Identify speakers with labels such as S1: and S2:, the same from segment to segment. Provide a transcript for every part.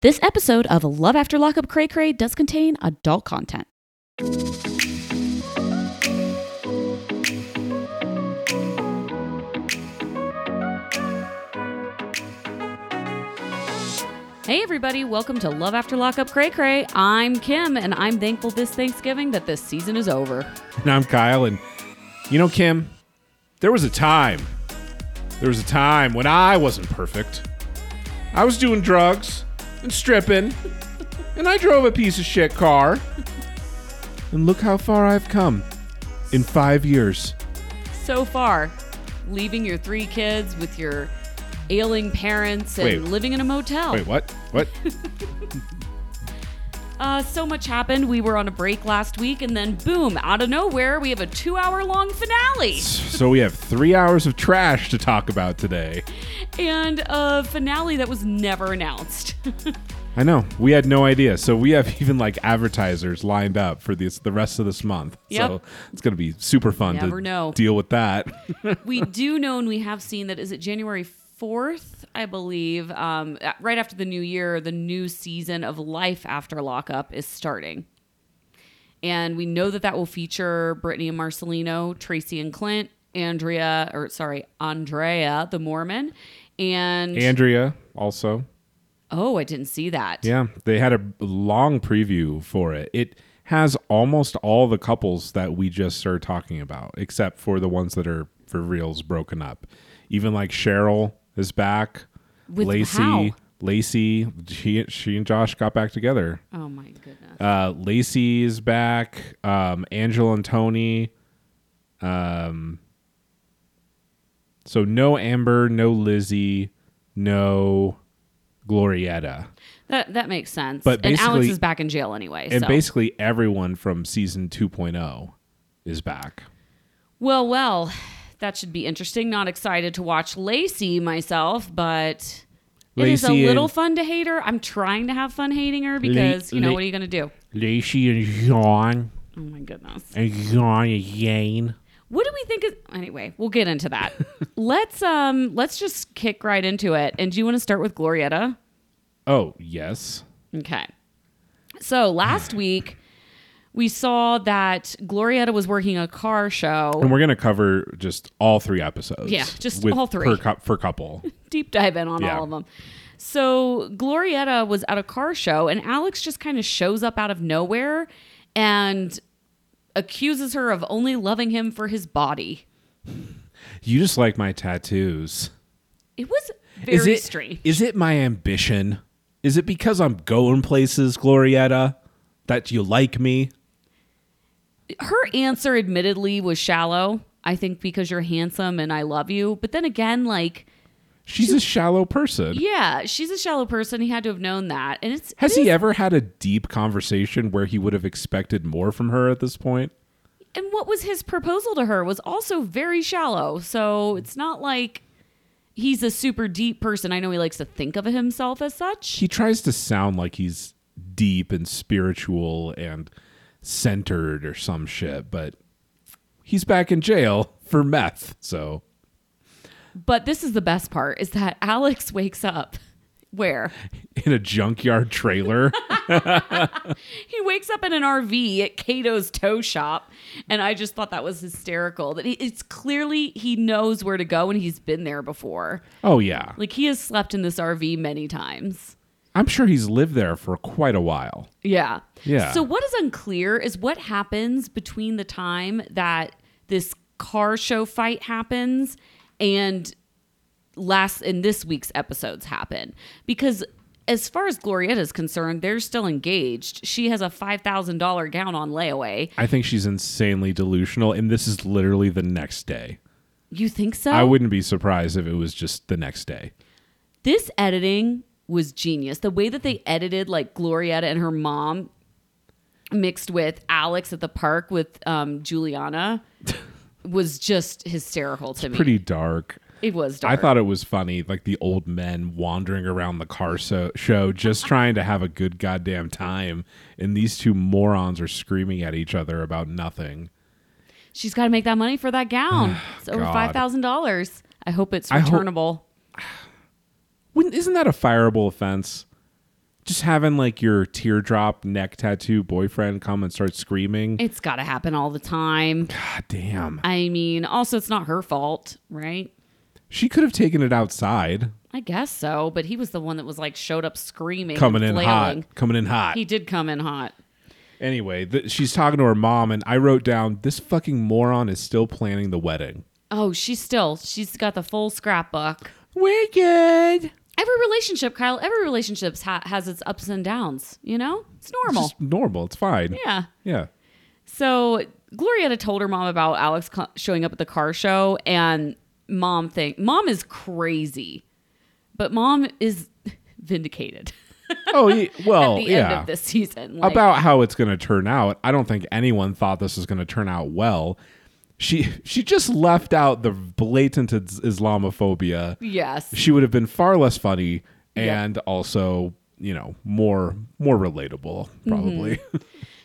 S1: This episode of Love After Lockup Cray Cray does contain adult content. Hey everybody, welcome to Love After Lockup Cray Cray. I'm Kim and I'm thankful this Thanksgiving that this season is over.
S2: And I'm Kyle. And you know, Kim, there was a time. There was a time when I wasn't perfect. I was doing drugs and stripping, and I drove a piece of shit car. And look how far I've come in five years.
S1: So far, leaving your three kids with your ailing parents and
S2: Wait.
S1: living in a motel.
S2: Wait, what? What?
S1: Uh, so much happened. We were on a break last week, and then boom, out of nowhere, we have a two hour long finale.
S2: so we have three hours of trash to talk about today.
S1: And a finale that was never announced.
S2: I know we had no idea, so we have even like advertisers lined up for this the rest of this month.
S1: Yep.
S2: So it's gonna be super fun
S1: Never
S2: to
S1: know.
S2: deal with that.
S1: we do know and we have seen that is it January 4th, I believe, um, a- right after the new year, the new season of Life After Lockup is starting. And we know that that will feature Brittany and Marcelino, Tracy and Clint, Andrea, or sorry, Andrea the Mormon, and
S2: Andrea also
S1: Oh, I didn't see that.
S2: Yeah, they had a long preview for it. It has almost all the couples that we just are talking about, except for the ones that are for reals broken up. Even like Cheryl is back.
S1: With
S2: Lacey,
S1: how?
S2: Lacey, she, she and Josh got back together.
S1: Oh my goodness.
S2: Uh, Lacey is back. Um, Angela and Tony. Um, so no Amber, no Lizzie, no Glorietta.
S1: That that makes sense.
S2: But
S1: and Alex
S2: basically-
S1: is back in jail anyway.
S2: and
S1: so.
S2: basically everyone from season 2.0 is back
S1: well, well, that should be interesting. Not excited to watch Lacey myself, but it is a
S2: Lacey
S1: little
S2: and-
S1: fun to hate her. I'm trying to have fun hating her because you know
S2: La-
S1: what are you gonna do?
S2: lacey and john
S1: Oh my goodness.
S2: and john and yane
S1: What do we think is anyway? We'll get into that. let's um let's just kick right into it. And do you want to start with Glorietta?
S2: oh yes
S1: Okay. So last week we saw that Glorietta was working a car show.
S2: and we're gonna cover just all three episodes
S1: Yeah, just all three.
S2: per, cou- per couple
S1: Deep dive in on
S2: Yeah.
S1: all of them. So Glorietta was at a car show and Alex just kind of shows up out of nowhere and accuses her of only loving him for his body.
S2: you just like my tattoos
S1: It was very
S2: is it
S1: strange.
S2: is it my ambition is it because i'm going places glorietta that you like me
S1: Her answer admittedly was shallow. I think because you're handsome and I love you. But then again, like
S2: she's a shallow person
S1: yeah, she's a shallow person. He had to have known that. And it's
S2: Has he ever had a deep conversation where he would have expected more from her at this point?
S1: and what was his proposal to her was also very shallow. So it's not like he's a super deep person. I know he likes to think of himself as such.
S2: He tries to sound like he's deep and spiritual and centered or some shit, but he's back in jail for meth. So
S1: But this is the best part is that Alex wakes up where
S2: in a junkyard trailer,
S1: he wakes up in an RV at Cato's tow shop and I just thought that was hysterical that he, it's clearly he knows where to go and he's been there before.
S2: oh yeah,
S1: Like he has slept in this RV many times.
S2: I'm sure he's lived there for quite a while.
S1: Yeah.
S2: Yeah.
S1: So what is unclear is what happens between the time that this car show fight happens and last in this week's episodes happen because as far as Glorietta is concerned, they're still engaged. She has a five thousand dollar gown on layaway.
S2: I think she's insanely delusional, and this is literally the next day.
S1: You think so?
S2: I wouldn't be surprised if it was just the next day.
S1: this editing was genius. The way that they edited like Glorietta and her mom mixed with Alex at the park with um, Juliana was just hysterical to me.
S2: Pretty dark.
S1: it was
S2: I
S1: dark.
S2: thought it was funny, like the old men wandering around the car so- show, just trying to have a good goddamn time, and these two morons are screaming at each other about nothing.
S1: She's got to make that money for that gown. It's over
S2: God.
S1: five thousand dollars. I hope it's
S2: I hope-
S1: returnable.
S2: Wouldn't, isn't that a fireable offense? just having like your teardrop neck tattoo boyfriend come and start screaming.
S1: It's got to happen all the time.
S2: God damn.
S1: I mean, also, it's not her fault, right?
S2: She could have taken it outside,
S1: I guess so, but he was the one that was like showed up screaming,
S2: coming in
S1: flailing.
S2: hot, coming in hot.
S1: He did come in hot.
S2: anyway, th- she's talking to her mom, and I wrote down this fucking moron is still planning the wedding.
S1: Oh, she's still she's got the full scrapbook.
S2: We're good.
S1: Every relationship, Kyle, every relationship ha- has its ups and downs. You know, it's normal.
S2: It's just normal. It's fine.
S1: yeah.
S2: Yeah.
S1: So Gloria had told her mom about Alex co- showing up at the car show, and mom think mom is crazy, but mom is vindicated
S2: Oh, ye-
S1: at
S2: well,
S1: the
S2: yeah.
S1: end of this season. Like,
S2: about how it's going to turn out. I don't think anyone thought this was going to turn out well. She she just left out the blatant is- Islamophobia.
S1: yes,
S2: She would have been far less funny
S1: Yeah.
S2: and also, you know, more more relatable probably.
S1: Mm-hmm.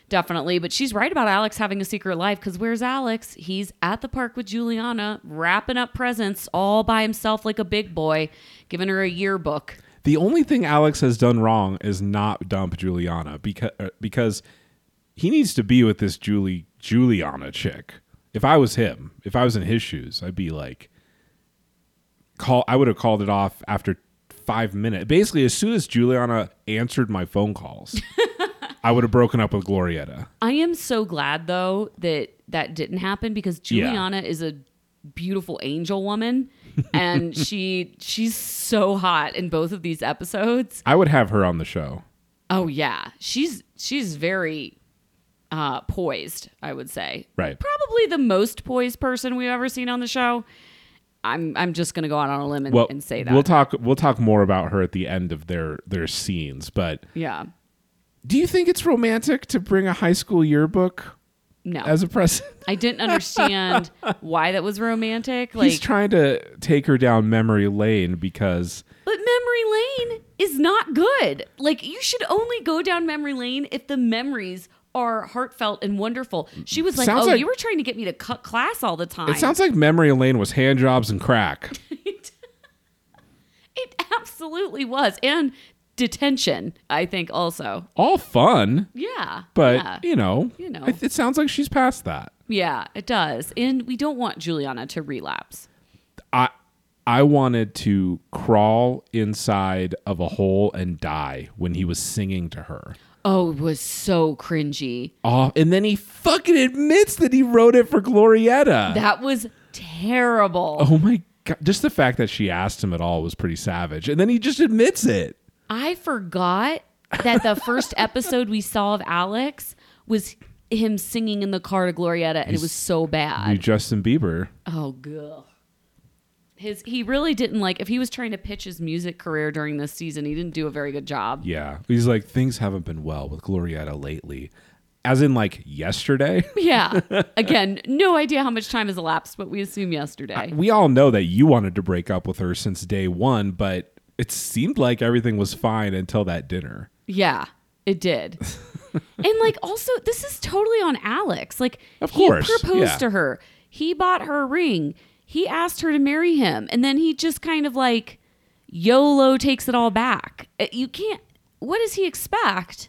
S1: Definitely, but she's right about Alex having a secret life because where's Alex? He's at the park with Juliana, wrapping up presents all by himself like a big boy, giving her a yearbook.
S2: the only thing Alex has done wrong is not dump Juliana because uh, because he needs to be with this Julie Juliana chick. If I was him, if I was in his shoes, I'd be like call I would have called it off after 5 minutes. Basically, as soon as Juliana answered my phone calls, I would have broken up with Glorietta.
S1: I am so glad though that that didn't happen because
S2: Yeah.
S1: Juliana is a beautiful angel woman and she she's so hot in both of these episodes.
S2: I would have her on the show.
S1: Oh yeah, she's she's very uh, poised. I would say,
S2: Right.
S1: Probably the most poised person we've ever seen on the show. I'm I'm just gonna go out on a limb and,
S2: Well,
S1: and say that.
S2: we'll talk we'll talk more about her at the end of their their scenes, but
S1: yeah,
S2: do you think it's romantic to bring a high school yearbook
S1: no,
S2: as a present?
S1: I didn't understand why that was romantic. Like,
S2: He's trying to take her down memory lane because
S1: but memory lane is not good. Like, you should only go down memory lane if the memories are heartfelt and wonderful. She was like,
S2: Sounds
S1: "Oh,
S2: like-
S1: you were trying to get me to cut class all the time."
S2: it sounds like memory lane was hand jobs and crack.
S1: It absolutely was. And detention, I think, also.
S2: All fun,
S1: Yeah.
S2: but
S1: Yeah,
S2: you know,
S1: You know.
S2: it, it sounds like she's past that.
S1: Yeah, it does. And we don't want Juliana to relapse.
S2: I I wanted to crawl inside of a hole and die when he was singing to her.
S1: Oh, it was so cringy.
S2: Oh, and then he fucking admits that he wrote it for Glorietta.
S1: That was terrible.
S2: oh my god! Just the fact that she asked him at all was pretty savage, and then he just admits it.
S1: I forgot that the first episode we saw of Alex was him singing in the car to Glorietta, and it was so bad.
S2: You Justin Bieber.
S1: Oh, god. His he really didn't like if he was trying to pitch his music career during this season, he didn't do a very good job.
S2: Yeah. He's like, things haven't been well with Glorietta lately. As in, like, yesterday?
S1: Yeah. Again, no idea how much time has elapsed, but we assume yesterday.
S2: we all know that you wanted to break up with her since day one, but it seemed like everything was fine until that dinner.
S1: yeah, it did. and like also this is totally on Alex. Like
S2: Of
S1: he
S2: course,
S1: proposed
S2: yeah.
S1: to her. He bought her a ring. He asked her to marry him. And then he just kind of like YOLO takes it all back. Uh, You can't what does he expect?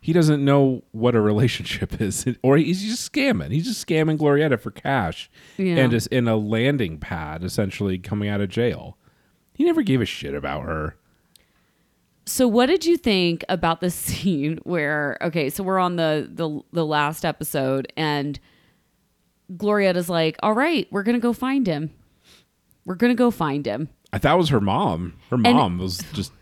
S2: He doesn't know what a relationship is, or he's just scamming. He's just scamming Glorietta for cash
S1: Yeah.
S2: and is in a landing pad, essentially coming out of jail. He never gave a shit about her.
S1: So what did you think about the scene where okay, so we're on the the the last episode and Glorietta's like, "All right, we're going to go find him. We're going to go find him."
S2: I thought it was her mom. Her mom was just,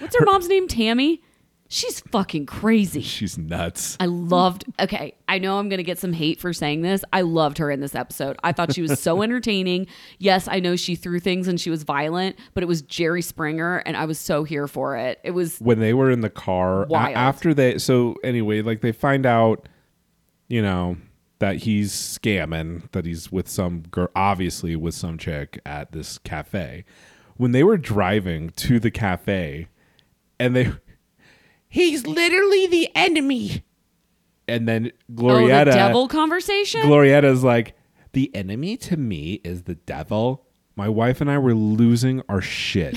S1: What's her mom's name? Tammy? She's fucking crazy.
S2: she's nuts.
S1: I loved Okay, I know I'm going to get some hate for saying this. I loved her in this episode. I thought she was so entertaining. Yes, I know she threw things and she was violent, but it was Jerry Springer and I was so here for it. It was
S2: when they were in the car a-
S1: Wild.
S2: after they so anyway like they find out you know that he's scamming that he's with some girl obviously with some chick at this cafe when they were driving to the cafe and they he's literally the enemy and then
S1: oh,
S2: glorietta
S1: the devil conversation.
S2: glorietta's like the enemy to me is the devil my wife and i were losing our shit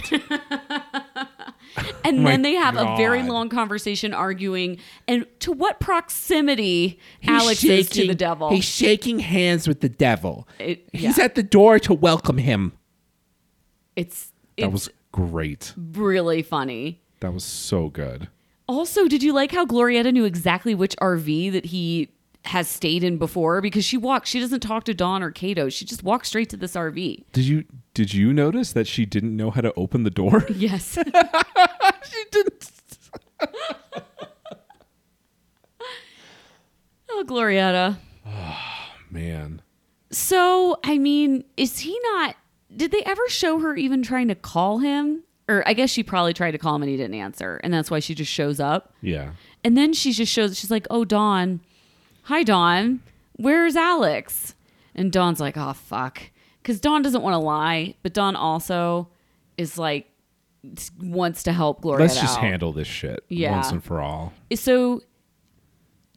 S1: And
S2: My
S1: then they have a very
S2: God.
S1: long conversation arguing and to what proximity
S3: He's
S1: Alex is to
S3: shaking-
S1: the devil.
S3: He's shaking hands with the devil.
S1: It-
S3: He's
S1: yeah.
S3: at the door to welcome him.
S1: it's
S2: That
S1: it's
S2: was great.
S1: really funny.
S2: That was so good.
S1: Also, did you like how Glorietta knew exactly which RV that he has stayed in before? Because she walks, she doesn't talk to Dawn or Kato. She just walks straight to this RV.
S2: Did you did you notice that she didn't know how to open the door?
S1: Yes.
S3: She didn't.
S1: oh, Glorietta.
S2: Man.
S1: So, I mean, is he not? Did they ever show her even trying to call him? Or I guess she probably tried to call him and he didn't answer. And that's why she just shows up.
S2: Yeah.
S1: And then she just shows, she's like, oh, Dawn. Hi, Dawn. Where's Alex? And Dawn's like, oh, fuck. Because Dawn doesn't want to lie, but Dawn also is like, s- wants to help Gloria.
S2: Let's just
S1: out.
S2: handle this shit
S1: Yeah.
S2: once and for all.
S1: So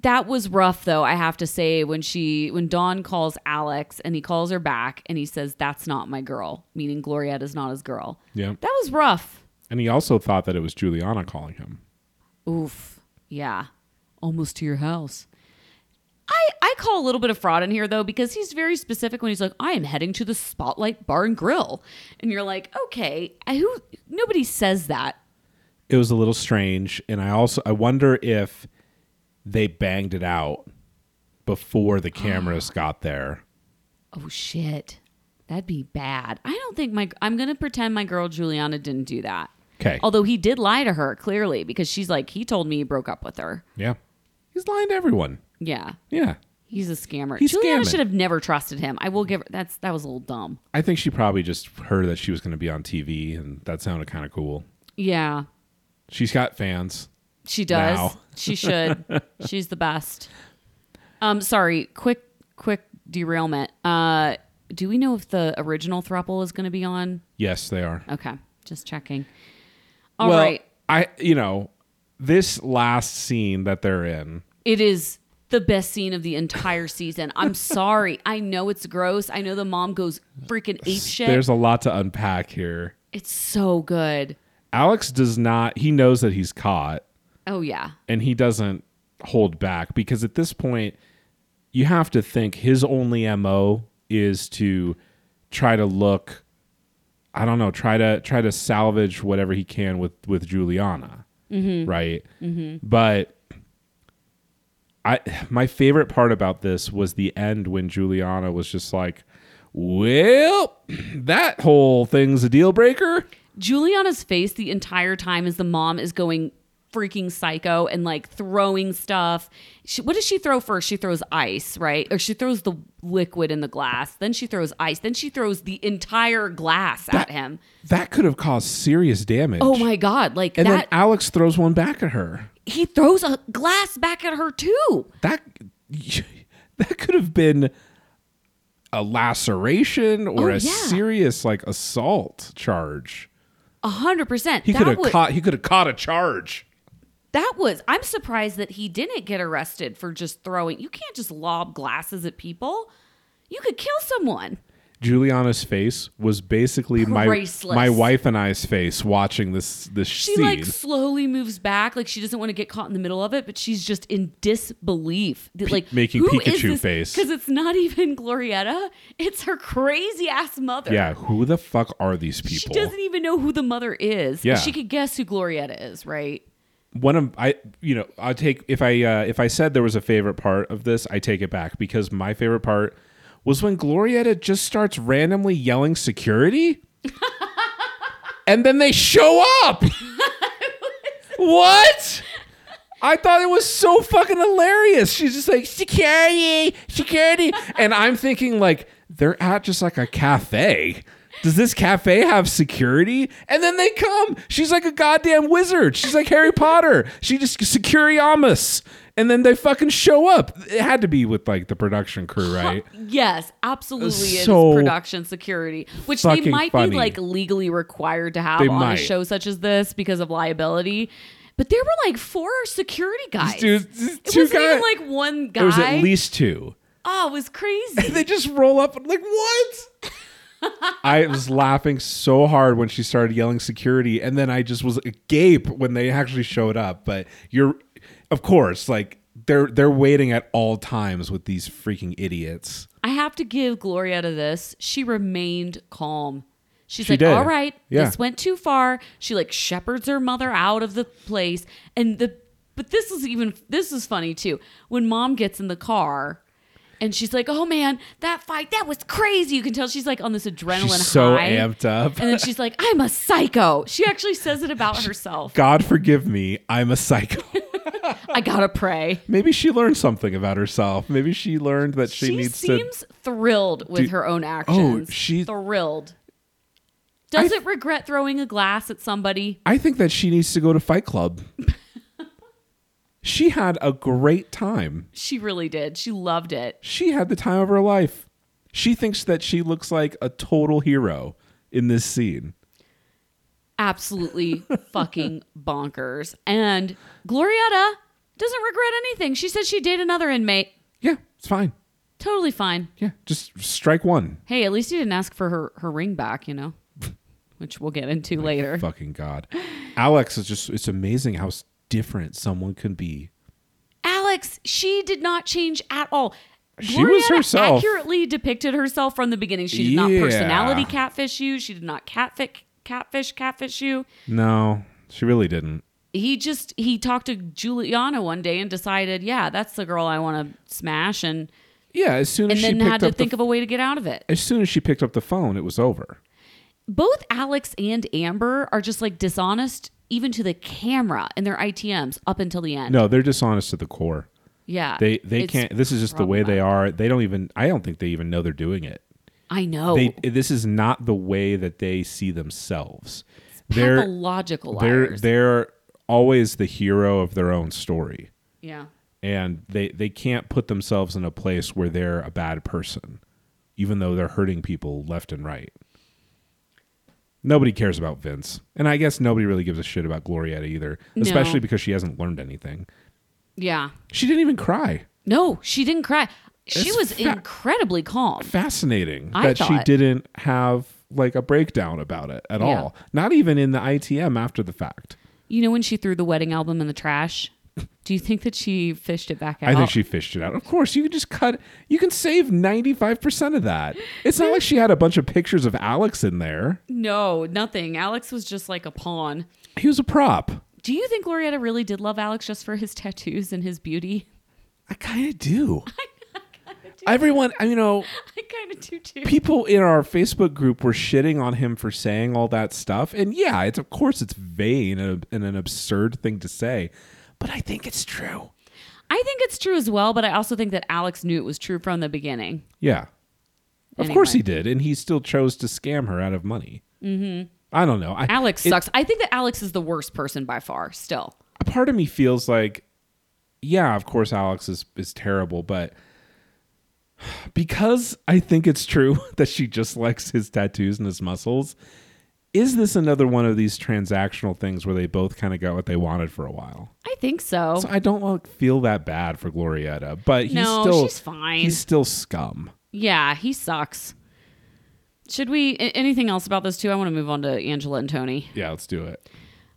S1: that was rough, though, I have to say, when she, when Dawn calls Alex and he calls her back and he says, that's not my girl, meaning Glorietta's not his girl.
S2: Yeah.
S1: That was rough.
S2: And he also thought that it was Juliana calling him.
S1: Oof. Yeah. Almost to your house. I, I call a little bit of fraud in here though because he's very specific when he's like I am heading to the Spotlight Bar and Grill and you're like okay I, who nobody says that
S2: It was a little strange and I also I wonder if they banged it out before the cameras got there.
S1: oh shit that'd be bad I don't think my I'm gonna pretend my girl Juliana didn't do that
S2: 'Kay.
S1: although he did lie to her clearly because she's like he told me he broke up with her
S2: Yeah. He's lying to everyone.
S1: yeah
S2: Yeah.
S1: he's a scammer
S2: He's
S1: Juliana
S2: scamming.
S1: should have never trusted him I will give her that's that was a little dumb
S2: I think she probably just heard that she was going to be on TV and that sounded kind of cool.
S1: yeah
S2: She's got fans.
S1: She does.
S2: Now.
S1: She should. She's the best. Um, sorry, quick, quick derailment. Uh, do we know if the original thruple is going to be on?
S2: Yes, they are.
S1: Okay, just checking. All right,
S2: well, I you know, this last scene that they're in,
S1: it is the best scene of the entire season. I'm sorry. I know it's gross. I know the mom goes freaking ape shit.
S2: there's a lot to unpack here.
S1: It's so good.
S2: Alex does not he knows that he's caught
S1: Oh yeah,
S2: and he doesn't hold back because at this point you have to think his only MO is to try to look I don't know, try to try to salvage whatever he can with with Juliana.
S1: Mm-hmm.
S2: Right? But I my favorite part about this was the end when Juliana was just like, "Well, that whole thing's a deal breaker."
S1: Juliana's face the entire time as the mom is going freaking psycho and like throwing stuff. She, what does she throw first? She throws ice, right? Or she throws the liquid in the glass. Then she throws ice. Then she throws the entire glass at him.
S2: That could have caused serious damage.
S1: Oh my God. Like
S2: And then
S1: that.
S2: Alex throws one back at her.
S1: he throws a glass back at her too.
S2: That that could have been a laceration or
S1: Oh,
S2: a
S1: yeah.
S2: serious like assault charge.
S1: A hundred percent.
S2: He could
S1: That
S2: have
S1: was,
S2: caught he could have caught a charge.
S1: that was, I'm surprised that he didn't get arrested for just throwing. You can't just lob glasses at people. You could kill someone.
S2: Juliana's face was basically
S1: Priceless.
S2: my my wife and I's face watching this this
S1: she
S2: scene.
S1: like slowly moves back like she doesn't want to get caught in the middle of it but she's just in disbelief that, like
S2: making Pikachu face.
S1: because it's not even glorietta it's her crazy ass mother
S2: yeah, who the fuck are these people?
S1: she doesn't even know who the mother is
S2: Yeah.
S1: she could guess who glorietta is right
S2: one of I you know I take if I uh, if I said there was a favorite part of this I take it back because my favorite part was when Glorietta just starts randomly yelling security, and then they show up. what? I thought it was so fucking hilarious. She's just like security, security, and I'm thinking like they're at just like a cafe. Does this cafe have security? And then they come. She's like a goddamn wizard. She's like Harry Potter. She just securiamus. And then they fucking show up. It had to be with like the production crew, right?
S1: yes absolutely it is
S2: So
S1: production security which they
S2: fucking
S1: might
S2: funny.
S1: be like legally required to have
S2: They
S1: on
S2: might.
S1: a show such as this because of liability but there were like four security guys
S2: Dude, these
S1: it
S2: two
S1: wasn't even
S2: guy-
S1: like one guy
S2: There was at least two.
S1: oh it was crazy
S2: They just roll up like what? I was laughing so hard when she started yelling security, and then I just was agape when they actually showed up. But you're, of course, like they're they're waiting at all times with these freaking idiots.
S1: I have to give Gloria to this. She remained calm. She's
S2: She
S1: like,
S2: did.
S1: all right,
S2: Yeah.
S1: this went too far. She like shepherds her mother out of the place. And the but this is even this is funny too. When mom gets in the car and she's like, Oh man, that fight, that was crazy. You can tell she's like on this adrenaline
S2: She's so
S1: high.
S2: amped up.
S1: And then she's like, I'm a psycho. She actually says it about herself.
S2: God forgive me, I'm a psycho.
S1: I gotta pray.
S2: Maybe she learned something about herself. Maybe she learned that she,
S1: She,
S2: needs to.
S1: seems thrilled with
S2: Do- Oh,
S1: her own actions.
S2: she-
S1: thrilled. Does it regret throwing a glass at somebody?
S2: I think that she needs to go to Fight Club. she had a great time.
S1: She really did. She loved it.
S2: She had the time of her life. She thinks that she looks like a total hero in this scene.
S1: Absolutely fucking bonkers. And Glorietta doesn't regret anything. She said she date another inmate.
S2: Yeah, it's fine.
S1: Totally fine.
S2: Yeah, just strike one.
S1: Hey, at least you didn't ask for her, her ring back, you know, which we'll get into later.
S2: Fucking God. Alex is just, it's amazing how s- different someone can be.
S1: Alex, she did not change at all.
S2: She was
S1: Gloriana
S2: herself.
S1: Accurately depicted herself from the beginning. She did not
S2: Yeah.
S1: personality catfish you. She did not catfish catfish catfish you.
S2: No, she really didn't.
S1: He just he talked to Juliana one day and decided, yeah, that's the girl I want to smash, and
S2: Yeah, as soon
S1: and
S2: as she
S1: then
S2: picked
S1: had to
S2: up the
S1: think of a way to get out of it.
S2: as soon as she picked up the phone, it was over.
S1: Both Alex and Amber are just like dishonest, even to the camera in their ITMs up until the end.
S2: No, they're dishonest to the core.
S1: yeah,
S2: They they
S1: It's-
S2: can't. This is just the way they are. They don't even. I don't think they even know they're doing it.
S1: I know.
S2: They this is not the way that they see themselves. They're
S1: pathological
S2: they're
S1: liars.
S2: they're always the hero of their own story,
S1: yeah.
S2: and they they can't put themselves in a place where they're a bad person, even though they're hurting people left and right. Nobody cares about Vince, and I guess nobody really gives a shit about Glorietta either,
S1: No.
S2: especially because she hasn't learned anything.
S1: Yeah.
S2: She didn't even cry.
S1: No, she didn't cry. She
S2: It's
S1: was
S2: fa-
S1: incredibly calm.
S2: fascinating
S1: I
S2: that she
S1: thought-
S2: didn't have like a breakdown about it at
S1: Yeah.
S2: all. Not even in the ITM after the fact.
S1: You know when she threw the wedding album in the trash? Do you think that she fished it back out?
S2: I think she fished it out. Of course, you can just cut. You can save 95% of that. It's not like she had a bunch of pictures of Alex in there.
S1: No, nothing. Alex was just like a pawn.
S2: He was a prop.
S1: Do you think Glorietta really did love Alex just for his tattoos and his beauty?
S2: I kind of do. Everyone, I- you know,
S1: I kind of do too.
S2: people in our Facebook group were shitting on him for saying all that stuff. And yeah, it's of course it's vain and, and an absurd thing to say, but I think it's true.
S1: I think it's true as well, but I also think that Alex knew it was true from the beginning.
S2: Yeah. Of course he
S1: Anyway.
S2: did, and he still chose to scam her out of money. Mm-hmm. I don't know. I,
S1: Alex
S2: it-
S1: sucks. I think that Alex is the worst person by far still.
S2: a part of me feels like, yeah, of course Alex is is terrible, but because I think it's true that she just likes his tattoos and his muscles, is this another one of these transactional things where they both kind of got what they wanted for a while?
S1: I think so.
S2: So I don't like, feel that bad for Glorietta, but he's
S1: No,
S2: still
S1: she's fine.
S2: He's still scum.
S1: Yeah, he sucks. Should we a- anything else about this too? I want to move on to Angela and Tony.
S2: Yeah, let's do it.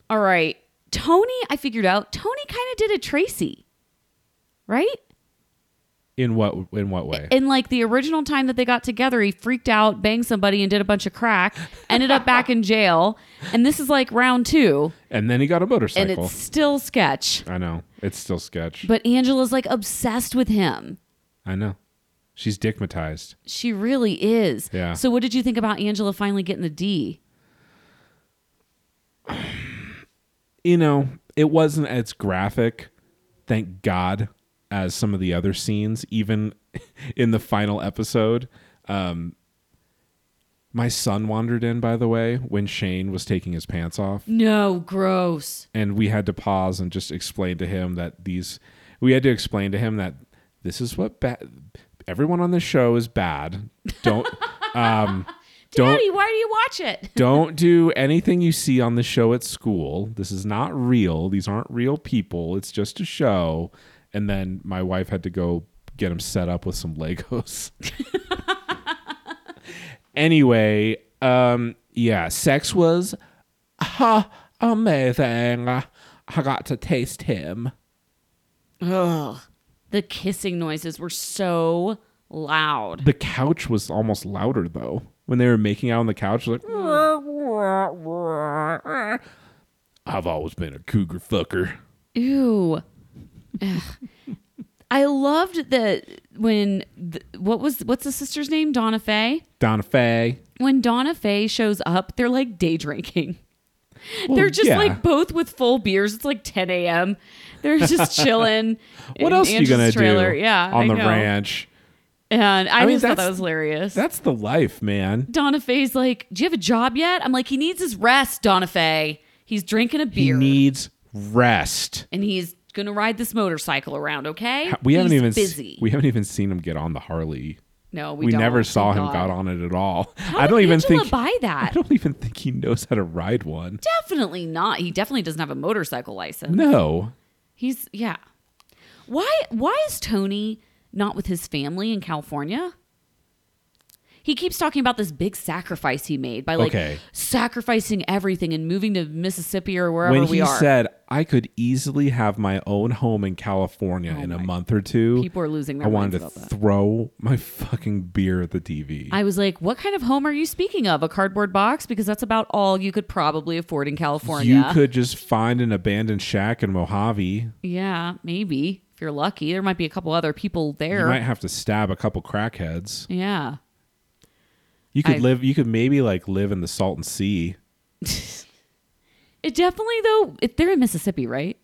S1: All right. Tony, I figured out Tony kind of did a Tracy. Right?
S2: In what in what way?
S1: In like the original time that they got together, he freaked out, banged somebody and did a bunch of crack, ended up back in jail, and this is like round 2
S2: and then he got a motorcycle.
S1: and it's still sketch.
S2: I know. It's still sketch.
S1: But Angela's like obsessed with him.
S2: I know. She's dickmatized.
S1: She really is.
S2: Yeah.
S1: So what did you think about Angela finally getting the D?
S2: You know, it wasn't as graphic, thank God, as some of the other scenes, even in the final episode. Um, my son wandered in, by the way, when Shane was taking his pants off.
S1: No, gross.
S2: and we had to pause and just explain to him that these we had to explain to him that this is what bad everyone on this show is bad don't um don't
S1: Daddy, why do you watch it?
S2: don't do anything you see on the show at school this is not real these aren't real people it's just a show and then my wife had to go get him set up with some legos Anyway, um, yeah, sex was ha amazing. I got to taste him.
S1: Ugh. The kissing noises were so loud.
S2: The couch was almost louder though. When they were making out on the couch, like
S4: I've always been a cougar fucker.
S1: Ew. Ugh. I loved that when th- what was what's the sister's name? Donna Faye.
S2: Donna Faye.
S1: When Donna Faye shows up, they're like day drinking.
S2: Well,
S1: they're just
S2: yeah.
S1: like both with full beers. It's like 10 a.m. They're just chilling.
S2: What
S1: in Angela's
S2: else are you gonna
S1: trailer.
S2: do?
S1: Yeah,
S2: on
S1: I
S2: the
S1: know.
S2: ranch.
S1: And I,
S2: I mean,
S1: just thought that
S2: that's-
S1: was hilarious.
S2: That's the life, man.
S1: Donna Faye's like, "Do you have a job yet?" I'm like, "He needs his rest, Donna Faye. He's drinking a
S2: He
S1: beer
S2: needs rest.
S1: and he's gonna ride this motorcycle around." Okay,
S2: We haven't
S1: He's
S2: even s-
S1: busy.
S2: we haven't even seen him get on the Harley.
S1: no, we,
S2: We,
S1: don't.
S2: never
S1: Thank
S2: saw him
S1: God.
S2: got on it at all.
S1: How
S2: I
S1: did
S2: don't even
S1: Angela
S2: think
S1: buy
S2: I
S1: that.
S2: don't even think he knows how to ride one.
S1: Definitely not. He definitely doesn't have a motorcycle license.
S2: No.
S1: He's yeah. Why why is Tony not with his family in California? He keeps talking about this big sacrifice he made by like
S2: Okay.
S1: sacrificing everything and moving to Mississippi or wherever
S2: When
S1: we
S2: he
S1: are.
S2: said I could easily have my own home in California in a month or two,
S1: Oh People are losing their
S2: I wanted to
S1: minds about that.
S2: throw my fucking beer at the TV.
S1: I was like, what kind of home are you speaking of? A cardboard box? Because that's about all you could probably afford in California.
S2: you could just find an abandoned shack in Mojave.
S1: yeah, maybe. If you're lucky, there might be a couple other people
S2: You
S1: there.
S2: might have to stab a couple crackheads.
S1: yeah.
S2: You could
S1: I-
S2: live. You could maybe like live in the Salton Sea.
S1: It definitely though, if they're in Mississippi, right?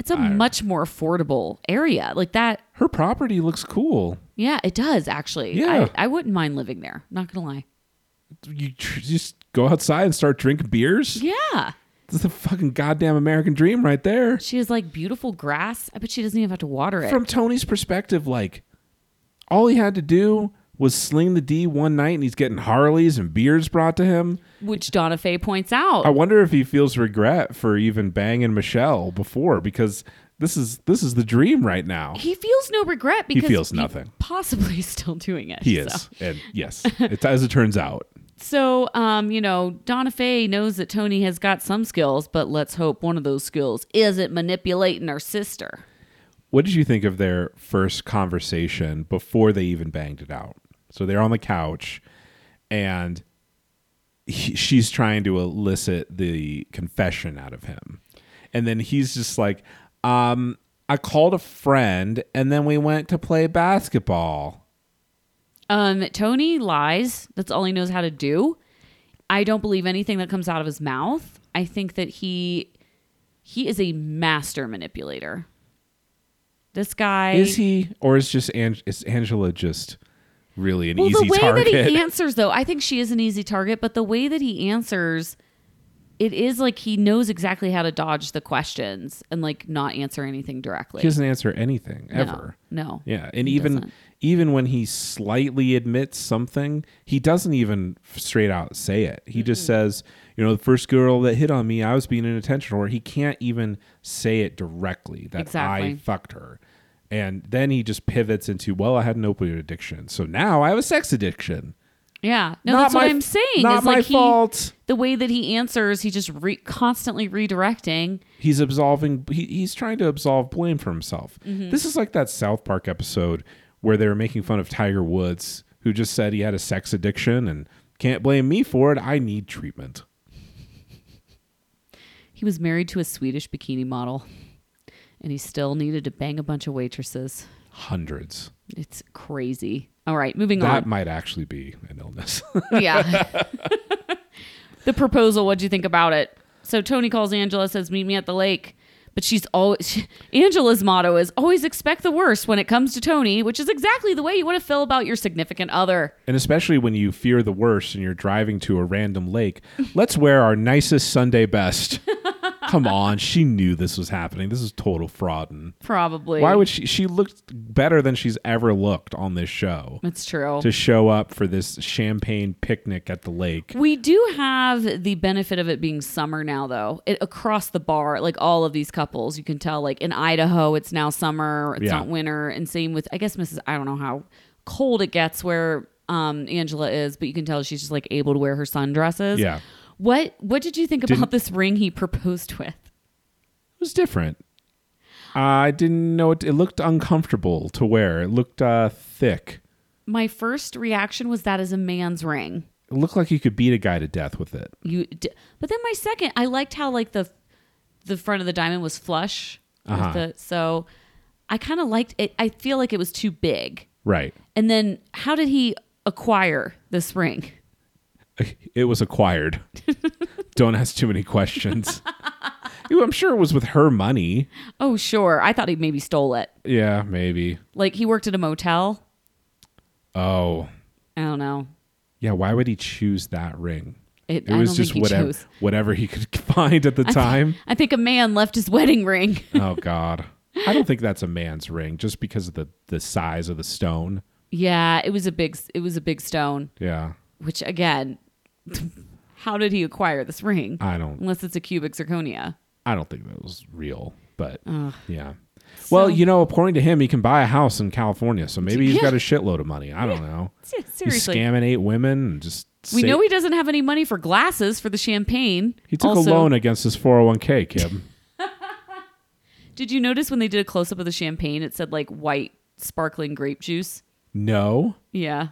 S1: It's a much more affordable area. Like that
S2: Her property looks cool.
S1: yeah, it does actually.
S2: Yeah.
S1: I, I wouldn't mind living there, not gonna lie.
S2: You tr- just go outside and start drinking beers.
S1: Yeah.
S2: It's the fucking goddamn American dream right there.
S1: She has like beautiful grass. I bet she doesn't even have to water it.
S2: From Tony's perspective, like all he had to do was sling the D one night, and he's getting Harleys and beers brought to him.
S1: which Donna Faye points out.
S2: I wonder if he feels regret for even banging Michelle before, because this is this is the dream right now.
S1: he feels no regret because
S2: feels nothing.
S1: Possibly still doing it.
S2: He
S1: so.
S2: is, and yes, it, as it turns out,
S1: So, um, you know, Donna Faye knows that Tony has got some skills, but let's hope one of those skills isn't manipulating her sister.
S2: What did you think of their first conversation before they even banged it out? So they're on the couch, and he, she's trying to elicit the confession out of him, and then he's just like, um, "I called a friend, and then we went to play basketball."
S1: Um, Tony lies. That's all he knows how to do. I don't believe anything that comes out of his mouth. I think that he he is a master manipulator. This guy
S2: Is he, or is just Ang- is Angela just really an
S1: Well,
S2: easy
S1: the way
S2: target?
S1: that he answers, though, I think she is an easy target, but the way that he answers, it is like he knows exactly how to dodge the questions and like not answer anything directly.
S2: he doesn't answer anything
S1: No,
S2: ever.
S1: No.
S2: Yeah, and
S1: He
S2: even
S1: doesn't.
S2: even when he slightly admits something, he doesn't even straight out say it. He just says, you know, the first girl that hit on me, I was being inattentional. Or he can't even say it directly that I
S1: Exactly.
S2: fucked her. And then he just pivots into, well, I had an opioid addiction, so now I have a sex addiction.
S1: Yeah. No,
S2: Not
S1: that's what
S2: my-
S1: I'm saying.
S2: Not
S1: is
S2: my
S1: like
S2: fault.
S1: He, the way that he answers, he just re- constantly redirecting.
S2: He's absolving. He, he's trying to absolve blame for himself. This is like that South Park episode where they were making fun of Tiger Woods, who just said he had a sex addiction and can't blame me for it. I need treatment.
S1: He was married to a Swedish bikini model and he still needed to bang a bunch of waitresses.
S2: Hundreds.
S1: It's crazy. All right, moving
S2: That
S1: on.
S2: might actually be an illness.
S1: Yeah. the proposal, what'd you think about it? So Tony calls Angela, says, Meet me at the lake. But she's always, Angela's motto is always expect the worst when it comes to Tony, which is exactly the way you want to feel about your significant other.
S2: and especially when you fear the worst and you're driving to a random lake, let's wear our nicest Sunday best. Come on, she knew this was happening. This is total fraud.
S1: Probably.
S2: Why would she? She looked better than she's ever looked on this show.
S1: That's true.
S2: to show up for this champagne picnic at the lake.
S1: We do have the benefit of it being summer now, though. It, across the bar, like all of these couples, you can tell, like in Idaho, it's now summer, it's
S2: Yeah.
S1: not winter. And same with, I guess, Mrs. I don't know how cold it gets where um, Angela is, but you can tell she's just like able to wear her sundresses.
S2: Yeah.
S1: What What did you think
S2: Didn't-
S1: about this ring he proposed with?
S2: It was different. I didn't know it. It looked uncomfortable to wear. It looked uh, thick.
S1: My first reaction was that is a man's ring.
S2: It looked like you could beat a guy to death with it.
S1: You, d- but then my second, I liked how like the the front of the diamond was flush
S2: Uh-huh.
S1: with the so. I kind of liked it. I feel like it was too big.
S2: Right.
S1: And then how did he acquire this ring?
S2: It was acquired. Don't ask too many questions. Ew, I'm sure it was with her money.
S1: Oh, sure. I thought he maybe stole it.
S2: Yeah, maybe.
S1: Like he worked at a motel.
S2: Oh,
S1: I don't know.
S2: yeah. Why would he choose that ring?
S1: It,
S2: It
S1: I
S2: was
S1: don't
S2: just
S1: think he
S2: whatever
S1: chose.
S2: whatever he could find at the time.
S1: I think a man left his wedding ring.
S2: oh God, I don't think that's a man's ring just because of the the size of the stone.
S1: yeah, it was a big it was a big stone,
S2: Yeah,
S1: which again, how did he acquire this ring?
S2: I don't.
S1: Unless it's a cubic zirconia.
S2: I don't think that was real, but yeah. well,
S1: So-
S2: you know, according to him, he can buy a house in California, so maybe he's
S1: Yeah.
S2: got a shitload of money. I don't know.
S1: Se-
S2: He's
S1: Seriously.
S2: scamming eight women and just.
S1: we
S2: sa-
S1: know he doesn't have any money for glasses for the champagne.
S2: he took
S1: Also,
S2: a loan against his 401k, Kim.
S1: Did you notice when they did a close up of the champagne, it said like white sparkling grape juice?
S2: no.
S1: Yeah.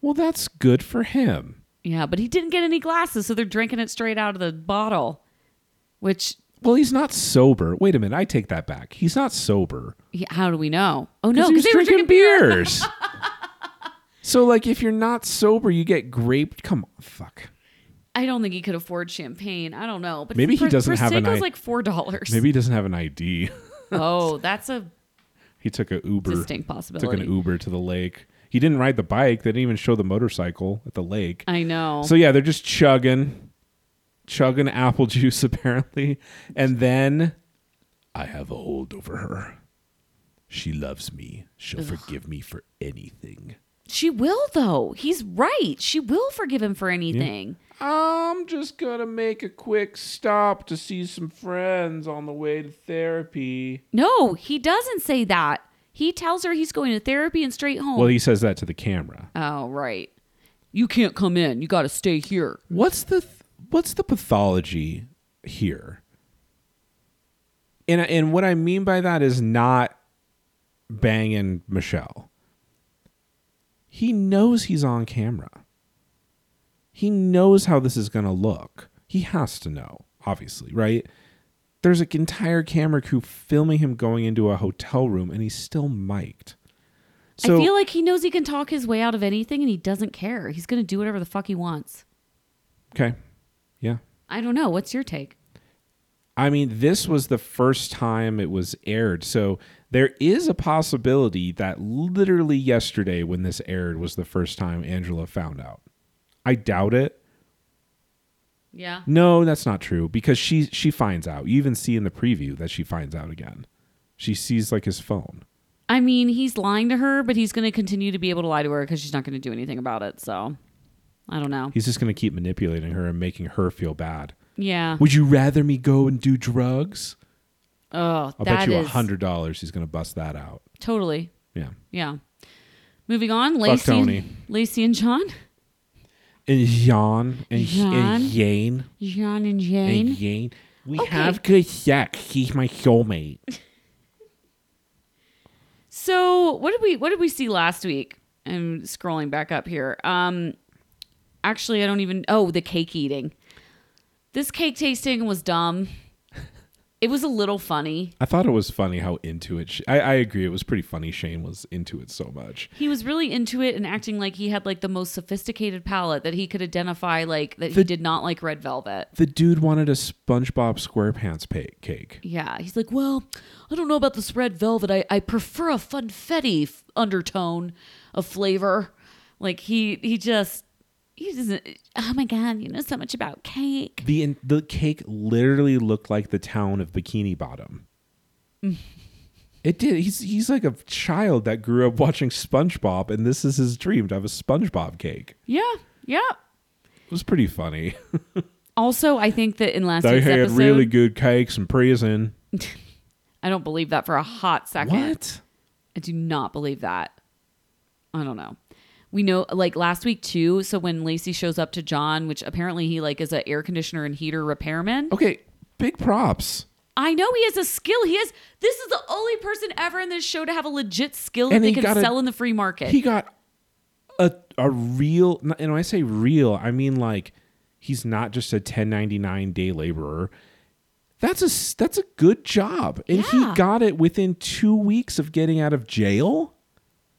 S2: Well, that's good for him.
S1: Yeah, but he didn't get any glasses, so they're drinking it straight out of the bottle. Which,
S2: Well, he's not sober. Wait a minute. I take that back. He's not sober.
S1: yeah, how do we know? Oh no,
S2: he
S1: because
S2: was
S1: they were
S2: drinking
S1: drinking beer.
S2: beers. so, like, if you're not sober, you get graped. Come on, fuck.
S1: I don't think he could afford champagne. I don't know, but
S2: Maybe he doesn't have an
S1: Prosecco's
S2: i-
S1: like four dollars.
S2: Maybe he doesn't have an ID.
S1: Oh, that's a
S2: he took a Uber.
S1: distinct
S2: took
S1: possibility.
S2: an Uber to the lake. He didn't ride the bike. They didn't even show the motorcycle at the lake.
S1: I know.
S2: So yeah, they're just chugging, chugging apple juice apparently, and then I have a hold over her. She loves me. She'll forgive me for anything.
S1: she will though. He's right. She will forgive him for anything.
S4: I'm just gonna make a quick stop to see some friends on the way to therapy.
S1: No, he doesn't say that. He tells her he's going to therapy and straight home.
S2: Well, he says that to the camera.
S1: oh, right. You can't come in. You got to stay here.
S2: What's the th- what's the pathology here? And and what I mean by that is not banging Michelle. He knows he's on camera. He knows how this is going to look. He has to know, obviously, right? There's an entire camera crew filming him going into a hotel room and he's still mic'd. So
S1: I feel like he knows he can talk his way out of anything and he doesn't care. He's going to do whatever the fuck he wants.
S2: okay. Yeah.
S1: I don't know. What's your take?
S2: I mean, this was the first time it was aired. So there is a possibility that literally yesterday, when this aired, was the first time Angela found out. I doubt it.
S1: Yeah.
S2: No, that's not true because she she finds out. You even see in the preview that she finds out again. She sees like his phone.
S1: I mean, he's lying to her, but he's going to continue to be able to lie to her because she's not going to do anything about it. So I don't know.
S2: He's just going to keep manipulating her and making her feel bad.
S1: Yeah.
S2: Would you rather me go and do drugs?
S1: Oh, that
S2: I'll bet you a
S1: is-
S2: hundred dollars he's going to bust that out.
S1: Totally.
S2: Yeah.
S1: Yeah. Moving on, Lacey,
S2: Tony.
S1: Lacey and John.
S2: And yawn and,
S1: Yawn.
S2: and yane.
S1: John and
S2: and
S1: Jane.
S2: Yang. We
S1: Okay.
S2: have good sex. He's my soulmate.
S1: So what did we what did we see last week? I'm scrolling back up here. Um actually I don't even oh, the cake eating. This cake tasting was dumb. It was a little funny.
S2: I thought it was funny how into it. Sh- I, I agree. It was pretty funny. Shane was into it so much.
S1: He was really into it and acting like he had like the most sophisticated palate that he could identify like that
S2: The-
S1: he did not like red velvet.
S2: The dude wanted a SpongeBob SquarePants pa- cake.
S1: Yeah, he's like, well, I don't know about this red velvet. I, I prefer a funfetti f- undertone of flavor. Like he he just he doesn't. Oh my god, you know so much about cake.
S2: The in- the cake literally looked like the town of Bikini Bottom. it did. He's he's like a child that grew up watching SpongeBob, and this is his dream to have a SpongeBob cake.
S1: Yeah, yeah.
S2: It was pretty funny.
S1: Also, I think that in last
S2: they
S1: week's
S2: had
S1: episode,
S2: really good cakes in prison.
S1: I don't believe that for a hot second.
S2: What?
S1: I do not believe that. I don't know. we know like last week too. So when Lacey shows up to John, which apparently he like is an air conditioner and heater repairman.
S2: Okay, big props.
S1: I know he has a skill. He has. This is the only person ever in this show to have a legit skill that
S2: And
S1: they
S2: he
S1: can
S2: got a-
S1: sell in the free market.
S2: He got a a real, and when I say real, I mean like he's not just a 1099 day laborer. That's a s- that's a good job, and
S1: Yeah.
S2: he got it within two weeks of getting out of jail.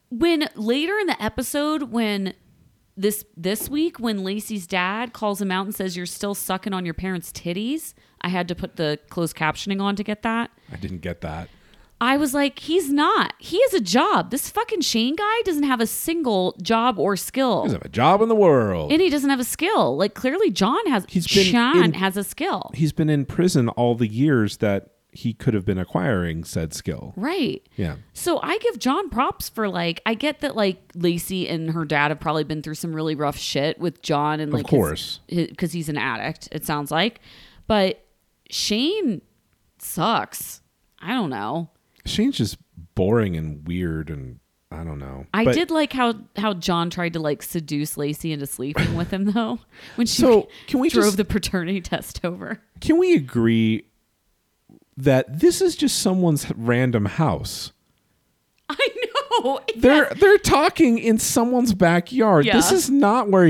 S1: when later in the episode when this this week when Lacey's dad calls him out and says you're still sucking on your parents' titties, I had to put the closed captioning on to get that.
S2: I didn't get that.
S1: I was like, he's not. He has a job. This fucking Shane guy doesn't have a single job or
S2: He
S1: skill.
S2: doesn't have a job in the world.
S1: And he doesn't have a skill. Like clearly John has
S2: He's been
S1: Sean
S2: in-
S1: has a skill.
S2: he's been in prison all the years that he could have been acquiring said skill.
S1: Right.
S2: Yeah.
S1: So I give John props for like I get that like Lacey and her dad have probably been through some really rough shit with John and like
S2: course.
S1: because he's an addict it sounds like, but Shane sucks. I don't know.
S2: Shane's just boring and weird and I don't know.
S1: I
S2: But-
S1: did like how how John tried to like seduce Lacey into sleeping with him though when she
S2: So, can we
S1: drove
S2: just-
S1: the paternity test over.
S2: Can we agree that this is just someone's random house?
S1: I know.
S2: They're they're talking in someone's backyard. This
S1: Yeah.
S2: is not where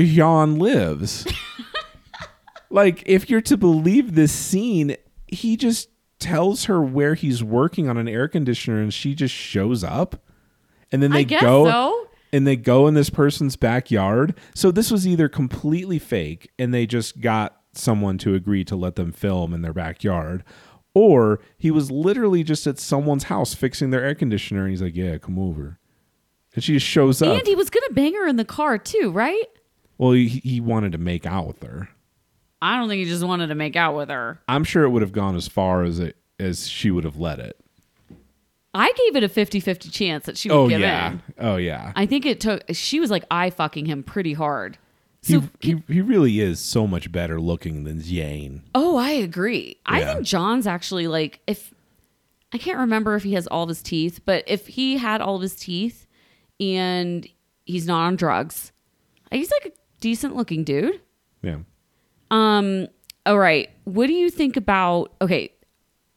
S2: Jan lives. like if you're to believe this scene, he just tells her where he's working on an air conditioner and she just shows up. And then
S1: I
S2: they
S1: guess
S2: go
S1: so.
S2: and they go in this person's backyard. So this was either completely fake and they just got someone to agree to let them film in their backyard. Or he was literally just at someone's house fixing their air conditioner and he's like, Yeah, come over. And she just shows up.
S1: And he was gonna bang her in the car too, right?
S2: well, he, he wanted to make out with her.
S1: I don't think he just wanted to make out with her.
S2: I'm sure it would have gone as far as it as she would have let it.
S1: I gave it a 50-50 chance that she would
S2: Oh
S1: give
S2: yeah.
S1: in.
S2: Oh yeah.
S1: I think it took she was like eye fucking him pretty hard.
S2: He,
S1: So
S2: he, he really is so much better looking than Jane.
S1: oh, I agree. I
S2: Yeah.
S1: think John's actually like if I can't remember if he has all of his teeth, but if he had all of his teeth and he's not on drugs, he's like a decent looking dude.
S2: Yeah.
S1: Um, all right. What do you think about? Okay,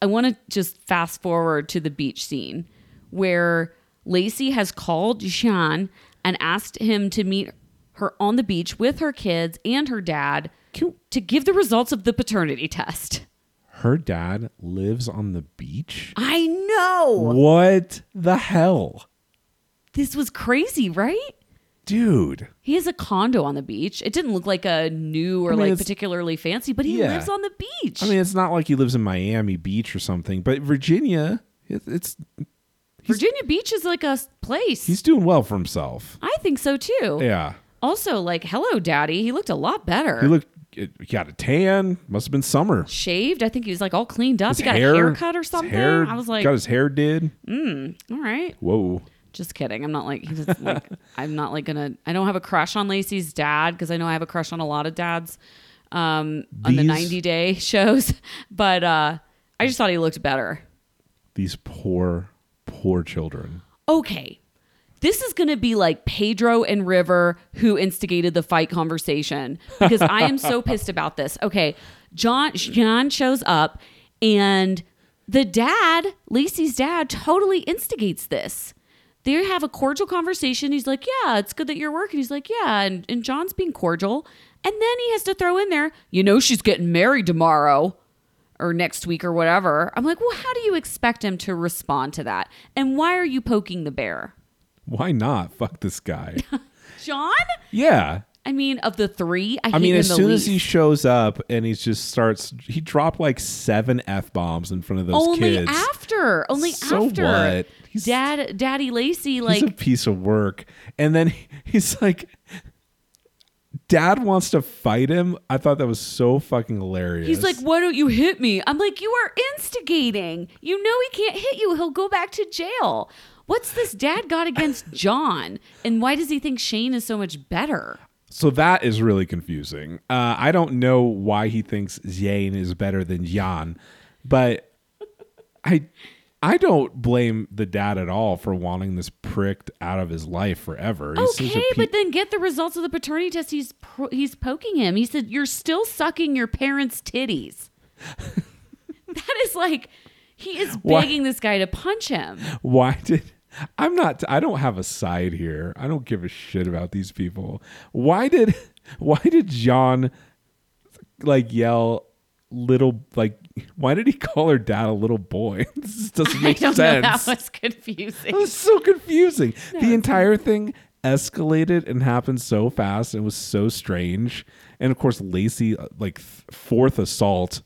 S1: I want to just fast forward to the beach scene where Lacey has called Sean and asked him to meet her on the beach with her kids and her dad to give the results of the paternity test.
S2: Her dad lives on the beach.
S1: I know
S2: What the hell?
S1: this was crazy, right?
S2: Dude.
S1: He has a condo on the beach. It didn't look like a new or
S2: I mean,
S1: like
S2: it's-
S1: particularly fancy, but he
S2: Yeah.
S1: lives on the beach.
S2: I mean, it's not like he lives in Miami Beach or something, but Virginia, it, it's
S1: Virginia Beach is like a s- place.
S2: he's doing well for himself.
S1: I think so too.
S2: Yeah.
S1: Also, like, hello, daddy. He looked a lot better.
S2: He looked he got a tan. Must have been summer.
S1: Shaved. I think he was like all cleaned up.
S2: His
S1: he got
S2: hair-
S1: a haircut or
S2: his
S1: something.
S2: hair-
S1: I was like,
S2: got his hair did.
S1: all right.
S2: Whoa.
S1: Just kidding. I'm not like, he was like I'm not like gonna, I don't have a crush on Lacey's dad because I know I have a crush on a lot of dads um, on the
S2: These-
S1: 90 day shows. But uh, I just thought he looked better.
S2: These poor, poor children.
S1: Okay. This is going to be like Pedro and River who instigated the fight conversation because I am so pissed about this. Okay. John John shows up and the dad, Lacey's dad totally instigates this. They have a cordial conversation. He's like, "Yeah, it's good that you're working." He's like, "Yeah," and, and John's being cordial, and then he has to throw in there, "You know, she's getting married tomorrow." or next week or whatever. I'm like, well, how do you expect him to respond to that? And why are you poking the bear?
S2: Why not? Fuck this guy.
S1: John?
S2: yeah.
S1: I mean, of the three, I,
S2: I mean,
S1: hate him
S2: as
S1: the
S2: soon
S1: least.
S2: as he shows up and he just starts, he dropped like seven f bombs in front of those
S1: only
S2: kids.
S1: after, only
S2: So
S1: after,
S2: what? He's-
S1: Dad, Daddy Lacey,
S2: He's a
S1: like,
S2: piece of work. And then he- he's like, Dad wants to fight him. I thought that was so fucking hilarious.
S1: he's like, why don't you hit me? I'm like, you are instigating. You know he can't hit you. He'll go back to jail. What's this dad got against John? And why does he think Shane is so much better?
S2: So that is really confusing. Uh, I don't know why he thinks Zane is better than Jan, but I I don't blame the dad at all for wanting this pricked out of his life forever. He's such a
S1: Okay,
S2: pe-
S1: but then get the results of the paternity test. He's pro- he's poking him. He said, "You're still sucking your parents' titties." that is like he is
S2: Why-
S1: begging this guy to punch him.
S2: why did I'm not I don't have a side here. I don't give a shit about these people. Why did why did John like yell little like why did he call her dad a little boy? This just doesn't
S1: I
S2: make
S1: don't know. That
S2: sense.
S1: was confusing.
S2: This is so confusing. the entire thing escalated and happened so fast and was so strange. And of course, Lacey, uh, like th- fourth assault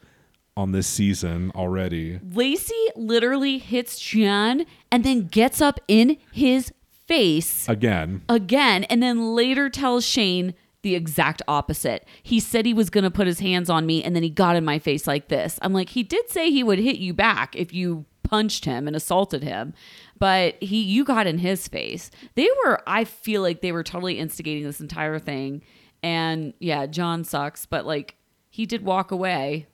S2: on this season already.
S1: Lacey literally hits John and then gets up in his face
S2: Again,
S1: again and then later tells Shane the exact opposite. He said he was going to put his hands on me and then he got in my face like this. I'm like, he did say he would hit you back if you punched him and assaulted him, but he you got in his face. They were I feel like they were totally instigating this entire thing. And yeah, John sucks, but like he did walk away.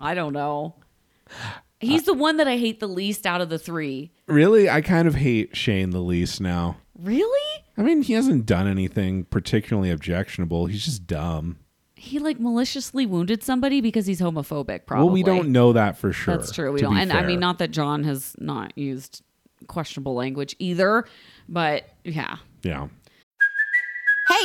S1: I don't know. He's the one that I hate the least out of the 3.
S2: really, I kind of hate Shane the least now.
S1: Really?
S2: I mean, he hasn't done anything particularly objectionable. He's just dumb.
S1: he like maliciously wounded somebody because he's homophobic probably
S2: Well, we don't know that for sure.
S1: that's true we
S2: to
S1: don't
S2: be
S1: and i
S2: fair.
S1: mean not that john has not used questionable language either but yeah
S2: Yeah.
S5: Hey,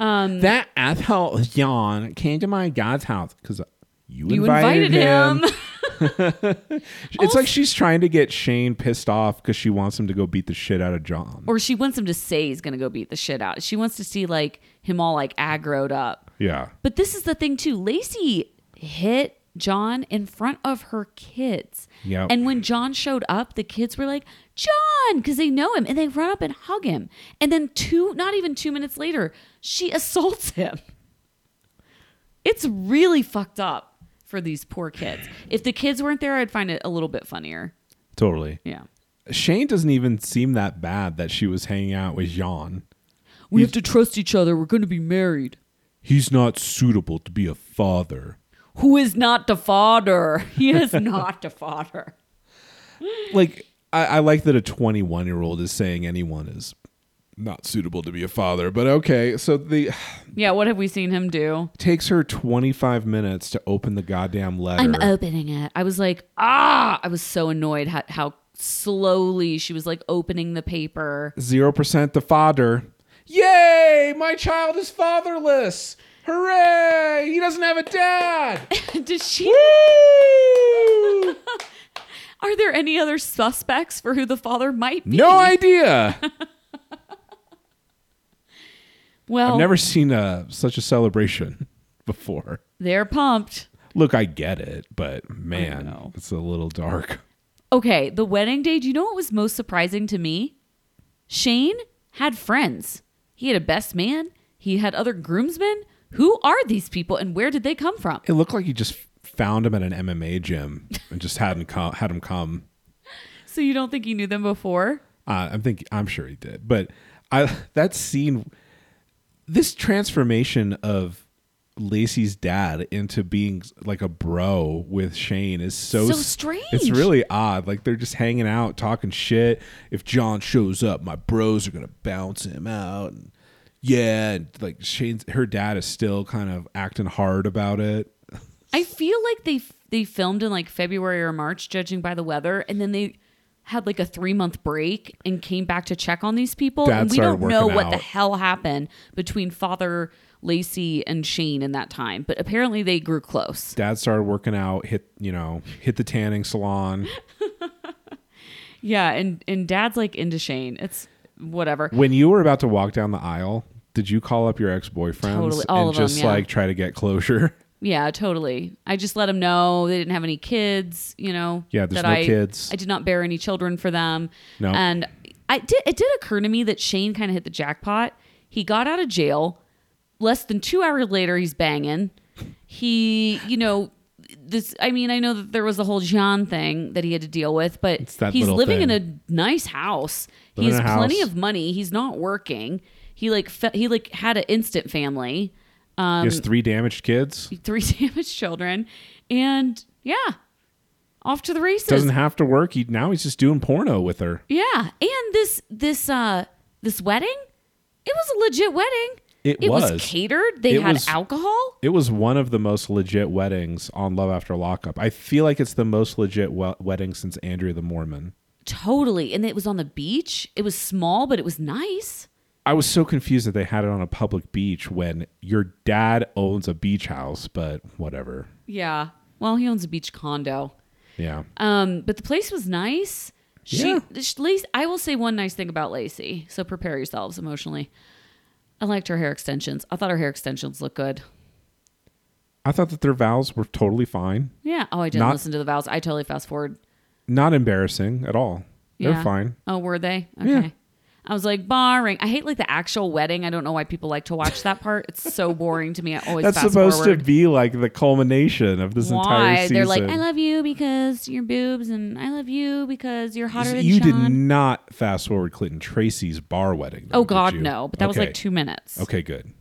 S1: um
S2: That asshole John came to my God's house because you,
S1: you invited
S2: invited, him.
S1: him,
S2: It's like she's trying to get Shane pissed off because she wants him to go beat the shit out of John.
S1: or she wants him to say he's gonna go beat the shit out she wants to see like him all like aggroed up
S2: yeah.
S1: but this is the thing too lacey hit john in front of her kids
S2: Yep.
S1: and when john showed up the kids were like john because they know him and they run up and hug him and then two not even two minutes later she assaults him it's really fucked up for these poor kids if the kids weren't there i'd find it a little bit funnier
S2: Totally.
S1: yeah
S2: Shane doesn't even seem that bad that she was hanging out with John.
S1: we have to trust each other we're going to be married
S2: He's not suitable to be a father.
S1: who is not the father he is not the father
S2: Like, I, I like that a 21 year old is saying anyone is not suitable to be a father, but okay. So the
S1: yeah what have we seen him do
S2: takes her 25 minutes to open the goddamn letter.
S1: I'm opening it. I was like, ah, I was so annoyed how, how slowly she was like opening the paper.
S2: Zero percent the father. Yay! My child is fatherless. Hooray! He doesn't have a dad.
S1: Did she?
S2: Woo!
S1: Are there any other suspects for who the father might be?
S2: No idea.
S1: Well, Oh.
S2: I've never seen a, such a celebration before.
S1: they're pumped.
S2: Look, I get it, but man,
S1: know.
S2: it's a little dark.
S1: Okay, the wedding day. Do you know what was most surprising to me? Shane had friends. He had a best man. He had other groomsmen. Who are these people, and where did they come from?
S2: It looked like you just found him at an MMA gym and just hadn't come, had him come.
S1: So you don't think he knew them before?
S2: Uh, I'm think I'm sure he did, but I that scene, this transformation of Lacey's dad into being like a bro with Shane is so
S1: So
S2: s-
S1: strange.
S2: It's really odd. Like they're just hanging out, talking shit. If John shows up, my bros are gonna bounce him out. And yeah, and like Shane's her dad is still kind of acting hard about it.
S1: I feel like they they filmed in like February or March, judging by the weather, and then they had like a three month break and came back to check on these people.
S2: Dad
S1: and we
S2: started
S1: don't know
S2: working
S1: what the
S2: out.
S1: hell happened between Father Lacey and Shane in that time, but apparently they grew close.
S2: Dad started working out, hit you know, hit the tanning salon.
S1: Yeah, and and Dad's like into Shane. It's whatever.
S2: When you were about to walk down the aisle, did you call up your ex boyfriends
S1: Totally, all
S2: and
S1: of them,
S2: just
S1: yeah.
S2: like try to get closure?
S1: Yeah, totally. I just let them know they didn't have any kids, you know.
S2: Yeah, there's
S1: that
S2: no
S1: I,
S2: kids.
S1: I did not bear any children for them.
S2: No.
S1: And I did it did occur to me that Shane kind of hit the jackpot. He got out of jail. Less than 2 hours later he's banging. He, you know, this I mean, I know that there was the whole Jean thing that he had to deal with, but
S2: that
S1: he's
S2: little
S1: living
S2: thing.
S1: in a nice house.
S2: Living
S1: he
S2: in
S1: has
S2: a
S1: plenty
S2: house.
S1: of money. He's not working. He like fe- he like had an instant family. Um,
S2: He has three damaged kids.
S1: three damaged children, and yeah, off to the races.
S2: Doesn't have to work. He now he's just doing porno with her.
S1: yeah, and this this uh this wedding, it was a legit wedding.
S2: It
S1: was.
S2: was.
S1: catered. They
S2: It
S1: had
S2: was-
S1: alcohol.
S2: It was one of the most legit weddings on Love After Lockup. I feel like it's the most legit we- wedding since Andrea the Mormon.
S1: Totally, and it was on the beach. It was small, but it was nice.
S2: I was so confused that they had it on a public beach when your dad owns a beach house, but whatever.
S1: Yeah. Well, he owns a beach condo.
S2: Yeah.
S1: Um, but the place was nice. She,
S2: Yeah.
S1: sh Lace, I will say one nice thing about Lacey. So prepare yourselves emotionally. I liked her hair extensions. I thought her hair extensions looked good.
S2: I thought that their vows were totally fine.
S1: Yeah. Oh, I didn't
S2: Not-
S1: listen to the vows. I totally fast forward.
S2: Not embarrassing at all. They're
S1: Yeah.
S2: fine.
S1: Oh, were they? Okay. I was like, boring. I hate like the actual wedding. I don't know why people like to watch that part. It's so boring to me. I always
S2: That's
S1: fast
S2: supposed
S1: forward.
S2: to be like the culmination of this entire
S1: why
S2: season.
S1: they're like, I love you because your boobs, and I love you because you're hotter than
S2: you did
S1: Sean.
S2: not fast forward Clinton Tracy's bar wedding. though,
S1: oh
S2: did
S1: God,
S2: you?
S1: no! But that was
S2: Okay.
S1: like two minutes.
S2: Okay, good.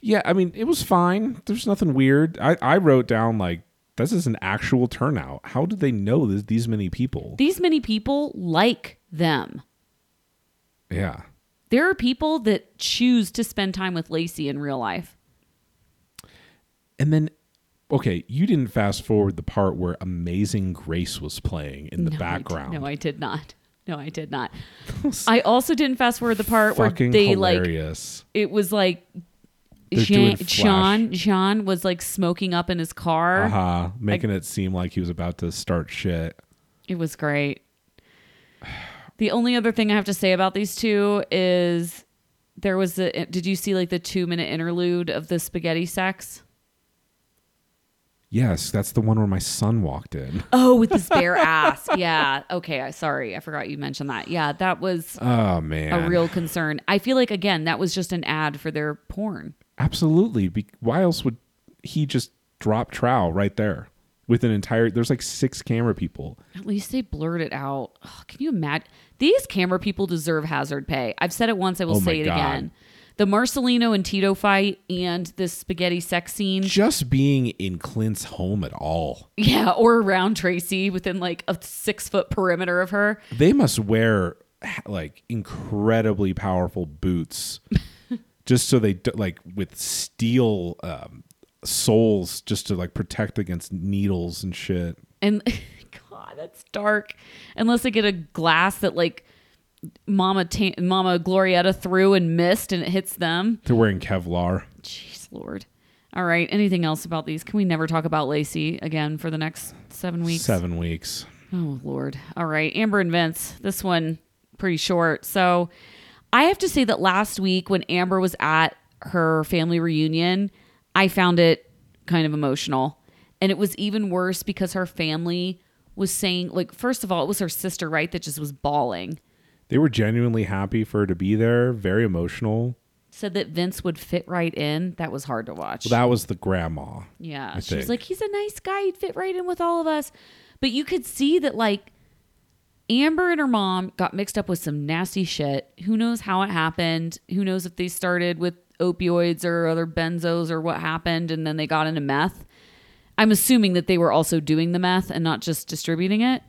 S2: Yeah, I mean, it was fine. There's nothing weird. I, I wrote down like this is an actual turnout. How did they know this, these many people?
S1: These many people like them.
S2: yeah.
S1: There are people that choose to spend time with Lacey in real life.
S2: And then okay, you didn't fast forward the part where Amazing Grace was playing in the
S1: No, I did-
S2: background.
S1: no, I did not. No, I did not. I also didn't fast forward the part where
S2: Fucking
S1: they like
S2: hilarious.
S1: it was like
S2: They're
S1: Jean,
S2: doing flash.
S1: Sean Sean was like smoking up in his car.
S2: uh-huh. Making it seem like he was about to start shit.
S1: It was great. The only other thing I have to say about these two is there was a did you see like the 2 minute interlude of the spaghetti sex?
S2: Yes, that's the one where my son walked in.
S1: Oh, with his bare ass. Yeah. Okay, I sorry. I forgot you mentioned that. Yeah, that was
S2: Oh man.
S1: a real concern. I feel like again, that was just an ad for their porn.
S2: Absolutely. Be- why else would he just drop trowel right there with an entire? There's like six camera people.
S1: At least they blurred it out. Ugh, can you imagine? These camera people deserve hazard pay. I've said it once, I will
S2: Oh my
S1: say it
S2: God.
S1: again. The Marcelino and Tito fight and this spaghetti sex scene.
S2: Just being in Clint's home at all,
S1: Yeah, or around Tracy within like a six foot perimeter of her.
S2: they must wear ha- like incredibly powerful boots, just so they d- like with steel um, soles, just to like protect against needles and shit.
S1: And God, that's dark. Unless they get a glass that like Mama Ta- Mama Glorietta threw and missed and it hits them.
S2: They're wearing Kevlar.
S1: Jeez, Lord. All right. Anything else about these? Can we never talk about Lacey again for the next seven weeks?
S2: Seven weeks.
S1: Oh Lord. All right. Amber and Vince. This one pretty short. So I have to say that last week when Amber was at her family reunion, I found it kind of emotional. And it was even worse because her family was saying, like, first of all, it was her sister, right, that just was bawling.
S2: They were genuinely happy for her to be there. Very emotional.
S1: Said that Vince would fit right in. That was hard to watch.
S2: That was the grandma.
S1: Yeah.
S2: I
S1: she was
S2: think.
S1: like, he's a nice guy. He'd fit right in with all of us. But you could see that, like, Amber and her mom got mixed up with some nasty shit. Who knows how it happened? Who knows if they started with opioids or other benzos or what happened and then they got into meth? I'm assuming that they were also doing the meth and not just distributing it.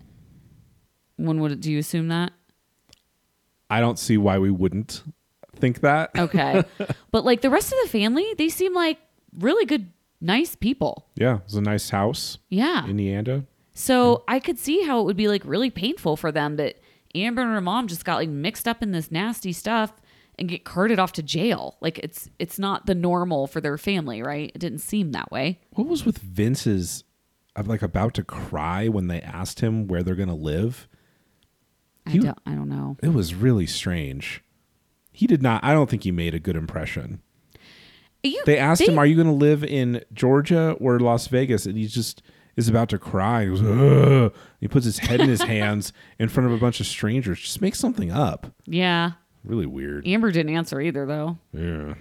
S1: When would do you assume that?
S2: I don't see why we wouldn't think that.
S1: Okay. but like the rest of the family, they seem like really good, nice people.
S2: Yeah, it was a nice house,
S1: Yeah.
S2: Indiana.
S1: So I could see how it would be like really painful for them that Amber and her mom just got like mixed up in this nasty stuff and get carted off to jail. Like it's it's not the normal for their family, right? It didn't seem that way.
S2: What was with Vince's? I'm like about to cry when they asked him where they're gonna live.
S1: I
S2: You-
S1: don't I don't know.
S2: It was really strange. He did not. I don't think he made a good impression.
S1: You-
S2: They asked
S1: they-
S2: him, "Are you going to live in Georgia or Las Vegas?" And he just is about to cry. He goes, "Ugh." He puts his head in his hands in front of a bunch of strangers. Just make something up.
S1: Yeah.
S2: Really weird.
S1: Amber didn't answer either, though.
S2: Yeah.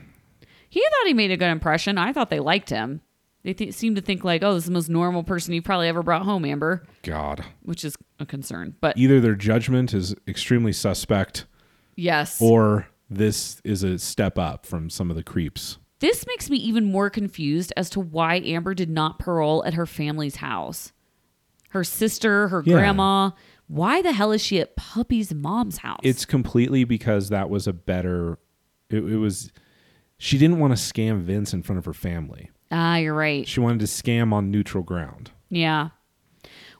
S1: He thought he made a good impression. I thought they liked him. They th- seemed to think like, oh, this is the most normal person you probably ever brought home, Amber,
S2: God.
S1: which is a concern. But
S2: Either their judgment is extremely suspect,
S1: yes,
S2: or this is a step up from some of the creeps.
S1: this makes me even more confused as to why Amber did not parole at her family's house. Her sister, her
S2: Yeah.
S1: grandma. Why the hell is she at Puppy's mom's house?
S2: It's completely because that was a better. It, it was. She didn't want to scam Vince in front of her family.
S1: ah, you're right.
S2: She wanted to scam on neutral ground.
S1: Yeah.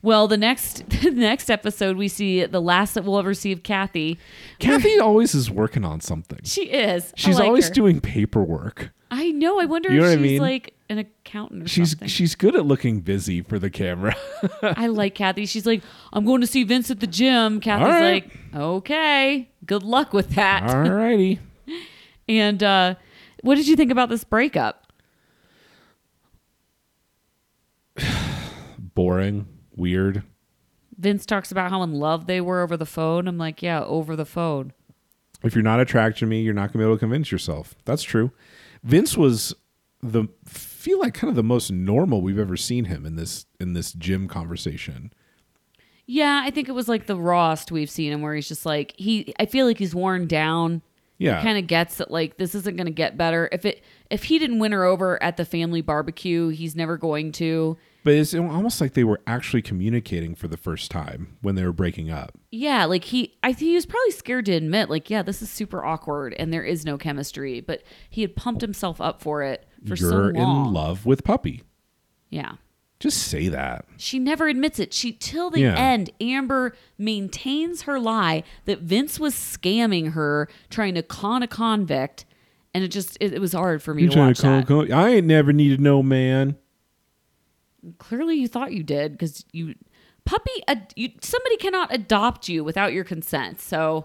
S1: Well, the next the next episode we see the last that we'll ever see of Kathy.
S2: Kathy always is working on something.
S1: She is. I
S2: She's
S1: like
S2: always
S1: her.
S2: doing paperwork.
S1: I know. I wonder
S2: You know
S1: if
S2: what I
S1: she's
S2: mean?
S1: like an accountant or
S2: She's
S1: something.
S2: she's good at looking busy for the camera.
S1: I like Kathy. She's like, I'm going to see Vince at the gym. Kathy's
S2: right.
S1: like, okay, good luck with that.
S2: Alrighty.
S1: And uh, what did you think about this breakup?
S2: Boring, weird.
S1: Vince talks about how in love they were over the phone. I'm like, yeah, over the phone.
S2: If you're not attracted to me, you're not gonna be able to convince yourself. That's true. Vince was the feel like kind of the most normal we've ever seen him in this in this gym conversation.
S1: Yeah, I think it was like the rawest we've seen him, where he's just like he. I feel like he's worn down.
S2: Yeah.
S1: kind of gets that like this isn't going to get better. If it if he didn't win her over at the family barbecue, he's never going to.
S2: But it's almost like they were actually communicating for the first time when they were breaking up.
S1: Yeah, like he, I think he was probably scared to admit, like, yeah, this is super awkward and there is no chemistry. But he had pumped himself up for it for so
S2: you're
S1: long.
S2: in love with puppy.
S1: Yeah,
S2: Just say that.
S1: she never admits it. She till the
S2: Yeah.
S1: end. Amber maintains her lie that Vince was scamming her, trying to con a convict, and it just it, it was hard for me to watch that.
S2: I ain't never needed no man.
S1: clearly you thought you did because you puppy ad- you somebody cannot adopt you without your consent so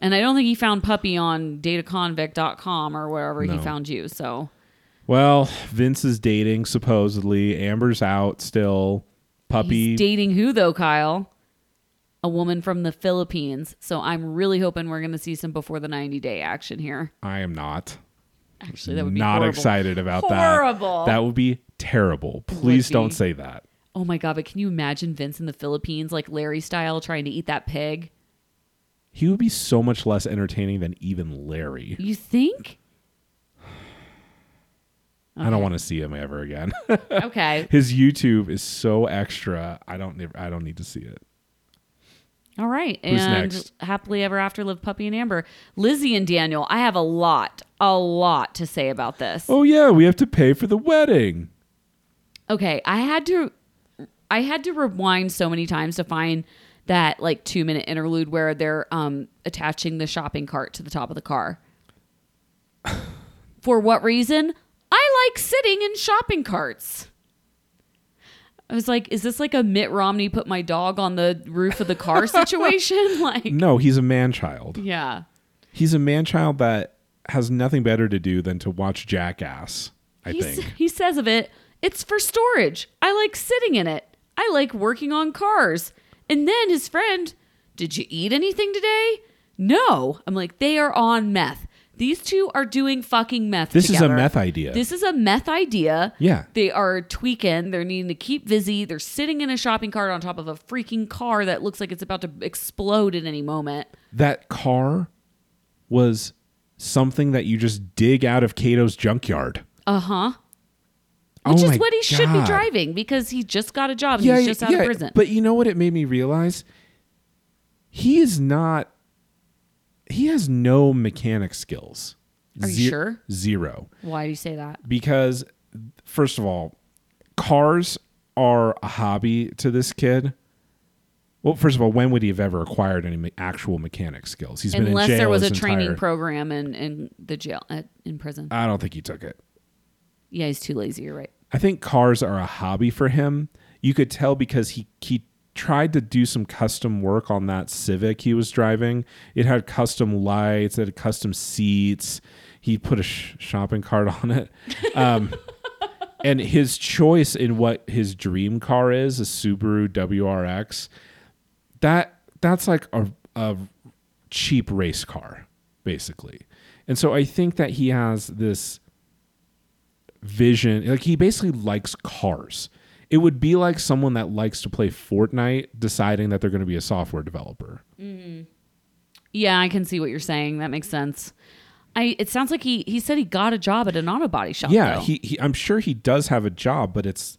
S1: and i don't think he found puppy on dataconvict.com or wherever he found you so
S2: Well, Vince is dating supposedly. Amber's out still. Puppy.
S1: he's dating who though kyle a woman from the philippines so i'm really hoping we're going to see some before the 90 day action here
S2: I am not.
S1: actually that would be
S2: not
S1: horrible.
S2: excited about
S1: Horrible.
S2: that. That would be terrible. Please
S1: be.
S2: don't say that.
S1: oh my god but can you imagine vince in the philippines like larry style trying to eat that pig
S2: He would be so much less entertaining than even Larry.
S1: you think
S2: I don't want to see him ever again.
S1: okay
S2: His YouTube is so extra. I don't. nev- I don't need to see it.
S1: All right.
S2: Who's
S1: and
S2: next?
S1: happily ever after live puppy and Amber. Lizzie and Daniel, I have a lot, a lot to say about this.
S2: Oh yeah, we have to pay for the wedding.
S1: Okay, I had to I had to rewind so many times to find that like 2 minute interlude where they're um attaching the shopping cart to the top of the car. For what reason? I like sitting in shopping carts. I was like, is this like a Mitt Romney put my dog on the roof of the car situation? like,
S2: No, he's a man child.
S1: yeah.
S2: He's a man child that has nothing better to do than to watch Jackass, I
S1: He s-
S2: think.
S1: He says of it, it's for storage. I like sitting in it. I like working on cars. And then his friend, did you eat anything today? No. I'm like, they are on meth. These two are doing fucking meth.
S2: This is a
S1: together.
S2: meth idea.
S1: This is a meth idea.
S2: Yeah.
S1: They are tweaking. They're needing to keep busy. They're sitting in a shopping cart on top of a freaking car that looks like it's about to explode at any moment.
S2: that car was something that you just dig out of Cato's junkyard.
S1: Uh huh.
S2: Oh
S1: Which
S2: my
S1: is what he should be
S2: God.
S1: driving because he just got a job. and he's just out of prison.
S2: But you know what it made me realize? He is not he has no mechanic skills.
S1: Are you
S2: Ze-
S1: sure?
S2: Zero.
S1: Why do you say that?
S2: because first of all, cars are a hobby to this kid. Well, first of all, when would he have ever acquired any me- actual mechanic skills? He's been in
S1: Unless
S2: jail
S1: there was a
S2: his
S1: training
S2: entire-
S1: program in, in the jail at, in prison.
S2: I don't think he took it.
S1: yeah, he's too lazy. You're right.
S2: I think cars are a hobby for him. You could tell because he he tried to do some custom work on that Civic he was driving. It had custom lights, it had custom seats. He put a sh- shopping cart on it. Um, and his choice in what his dream car is, a Subaru WRX, that that's like a, a cheap race car, basically. And so I think that he has this vision. Like he basically likes cars. It would be like someone that likes to play Fortnite deciding that they're going to be a software developer.
S1: Yeah, I can see what you're saying. That makes sense. I it sounds like he he said he got a job at an auto body shop.
S2: Yeah,
S1: though.
S2: he, he I'm sure he does have a job, but it's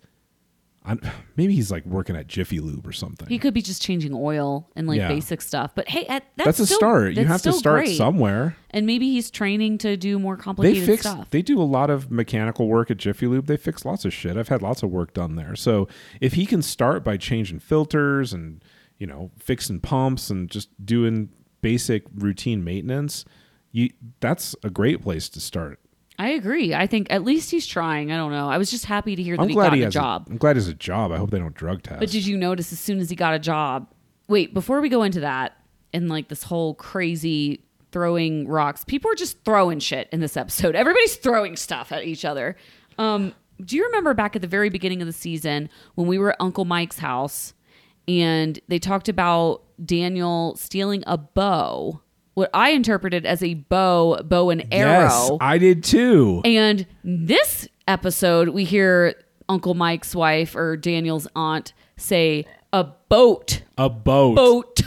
S2: I'm, maybe he's like working at Jiffy Lube or something.
S1: he could be just changing oil and like
S2: Yeah.
S1: basic stuff. But hey, at, that's
S2: that's a
S1: still-
S2: start. You
S1: that's
S2: have to
S1: still
S2: start
S1: great.
S2: somewhere.
S1: And maybe he's training to do more
S2: They
S1: complicated
S2: fix
S1: stuff.
S2: they do a lot of mechanical work at Jiffy Lube. They fix lots of shit. I've had lots of work done there. So if he can start by changing filters and, you know, fixing pumps and just doing basic routine maintenance, you that's a great place to start.
S1: I agree. I think at least he's trying. I don't know. I was just happy to hear that
S2: I'm
S1: he
S2: glad
S1: got
S2: he
S1: a
S2: has
S1: job.
S2: I'm glad he has a job. I hope they don't drug test.
S1: But did you notice as soon as he got a job? Wait, before we go into that and like this whole crazy throwing rocks, people are just throwing shit in this episode. Everybody's throwing stuff at each other. Um, do you remember back at the very beginning of the season when we were at Uncle Mike's house and they talked about Daniel stealing a bow? What I interpreted as a bow, bow and arrow.
S2: yes, I did too.
S1: And this episode, we hear Uncle Mike's wife or Daniel's aunt say a boat,
S2: A boat.
S1: boat,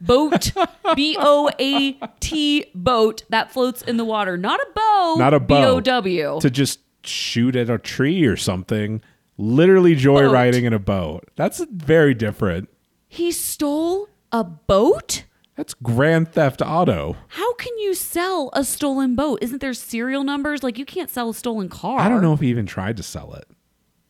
S1: boat, B O A T, boat that floats in the water. Not a bow,
S2: Not a
S1: B O
S2: bow.
S1: W.
S2: To just shoot at a tree or something. Literally joyriding in a boat. That's very different.
S1: He stole a boat?
S2: That's Grand Theft Auto.
S1: How can you sell a stolen boat? Isn't there serial numbers? Like you can't sell a stolen car.
S2: I don't know if he even tried to sell it.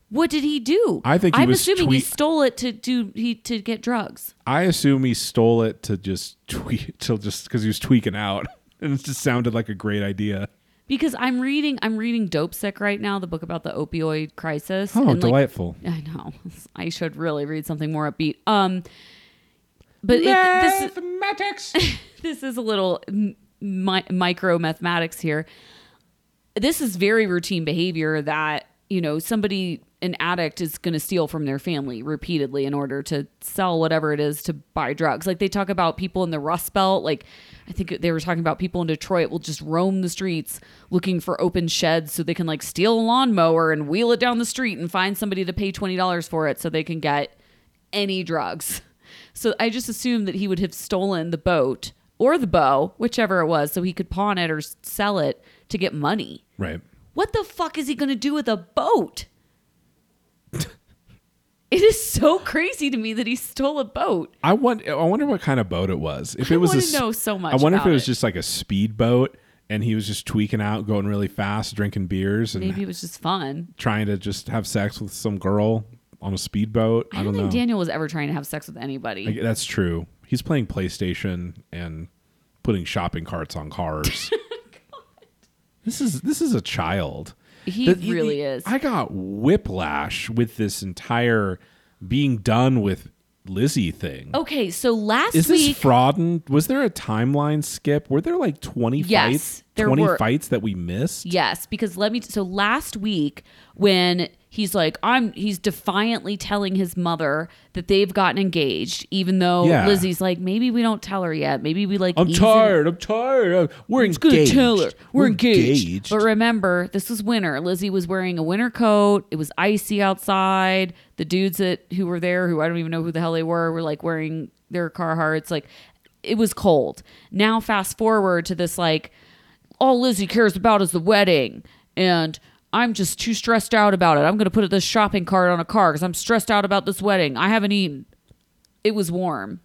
S1: What did he do?
S2: I think he
S1: I'm
S2: was
S1: assuming he
S2: tweet-
S1: stole it to do he to get drugs.
S2: I assume he stole it to just tweet till just because he was tweaking out, and it just sounded like a great idea.
S1: because I'm reading I'm reading Dope Sick right now, the book about the opioid crisis.
S2: Oh,
S1: and, like,
S2: delightful!
S1: I know. I should really read something more upbeat. Um, but it, this is
S2: Mathematics.
S1: this is a little m- mi- micro mathematics here. This is very routine behavior that, you know, somebody, an addict is going to steal from their family repeatedly in order to sell whatever it is to buy drugs. Like they talk about people in the Rust Belt. Like I think they were talking about people in Detroit will just roam the streets looking for open sheds so they can like steal a lawnmower and wheel it down the street and find somebody to pay $20 for it so they can get any drugs. So I just assumed that he would have stolen the boat or the bow, whichever it was, so he could pawn it or s- sell it to get money.
S2: right.
S1: What the fuck is he going to do with a boat? it is so crazy to me that he stole a boat.
S2: I want. I wonder what kind of boat it was. If
S1: I
S2: it was, a
S1: wanna
S2: s-
S1: know so much
S2: I wonder if
S1: about
S2: it was
S1: it.
S2: just like a speedboat, and he was just tweaking out, going really fast, drinking beers, and
S1: Maybe it was just fun.
S2: trying to just have sex with some girl on a speedboat.
S1: I don't,
S2: know.
S1: think Daniel was ever trying to have sex with anybody.
S2: I gu- that's true. He's playing PlayStation and putting shopping carts on cars.
S1: Oh
S2: this is this is a child.
S1: He
S2: Th- you-
S1: really
S2: you-
S1: is.
S2: I got whiplash with this entire being done with Lizzie thing.
S1: okay, so last
S2: Is
S1: week
S2: this fraudulent? Was there a timeline skip? Were there like twenty
S1: Yes,
S2: fights?
S1: there
S2: twenty
S1: were.
S2: fights that we missed.
S1: Yes, because let me. so last week when he's like, I'm. He's defiantly telling his mother that they've gotten engaged, even though
S2: Yeah.
S1: Lizzie's like, maybe we don't tell her yet. Maybe we like.
S2: I'm
S1: ease it-
S2: tired. I'm tired. I'm- We're
S1: It's gonna
S2: engaged.
S1: tell her we're, engaged.
S2: engaged.
S1: But remember, this was winter. Lizzie was wearing a winter coat. It was icy outside. The dudes that who were there, who I don't even know who the hell they were, were like wearing their Carhartts. Like it was cold. Now fast forward to this like all Lizzie cares about is the wedding and. I'm just too stressed out about it. I'm going to put this shopping cart on a car because I'm stressed out about this wedding. I haven't eaten. It was warm.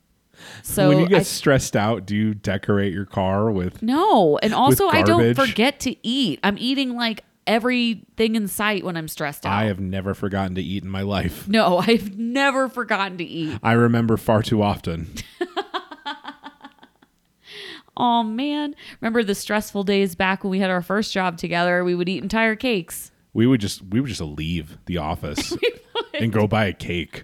S1: So
S2: when you get
S1: I
S2: stressed out, do you decorate your car with?
S1: no, and also I don't
S2: garbage.
S1: forget to eat. I'm eating like everything in sight when I'm stressed out.
S2: I have never forgotten to eat in my life.
S1: no, I've never forgotten to eat.
S2: I remember far too often.
S1: Oh man, remember the stressful days back when we had our first job together? We would eat entire cakes.
S2: We would just we would just leave the office and go buy a cake.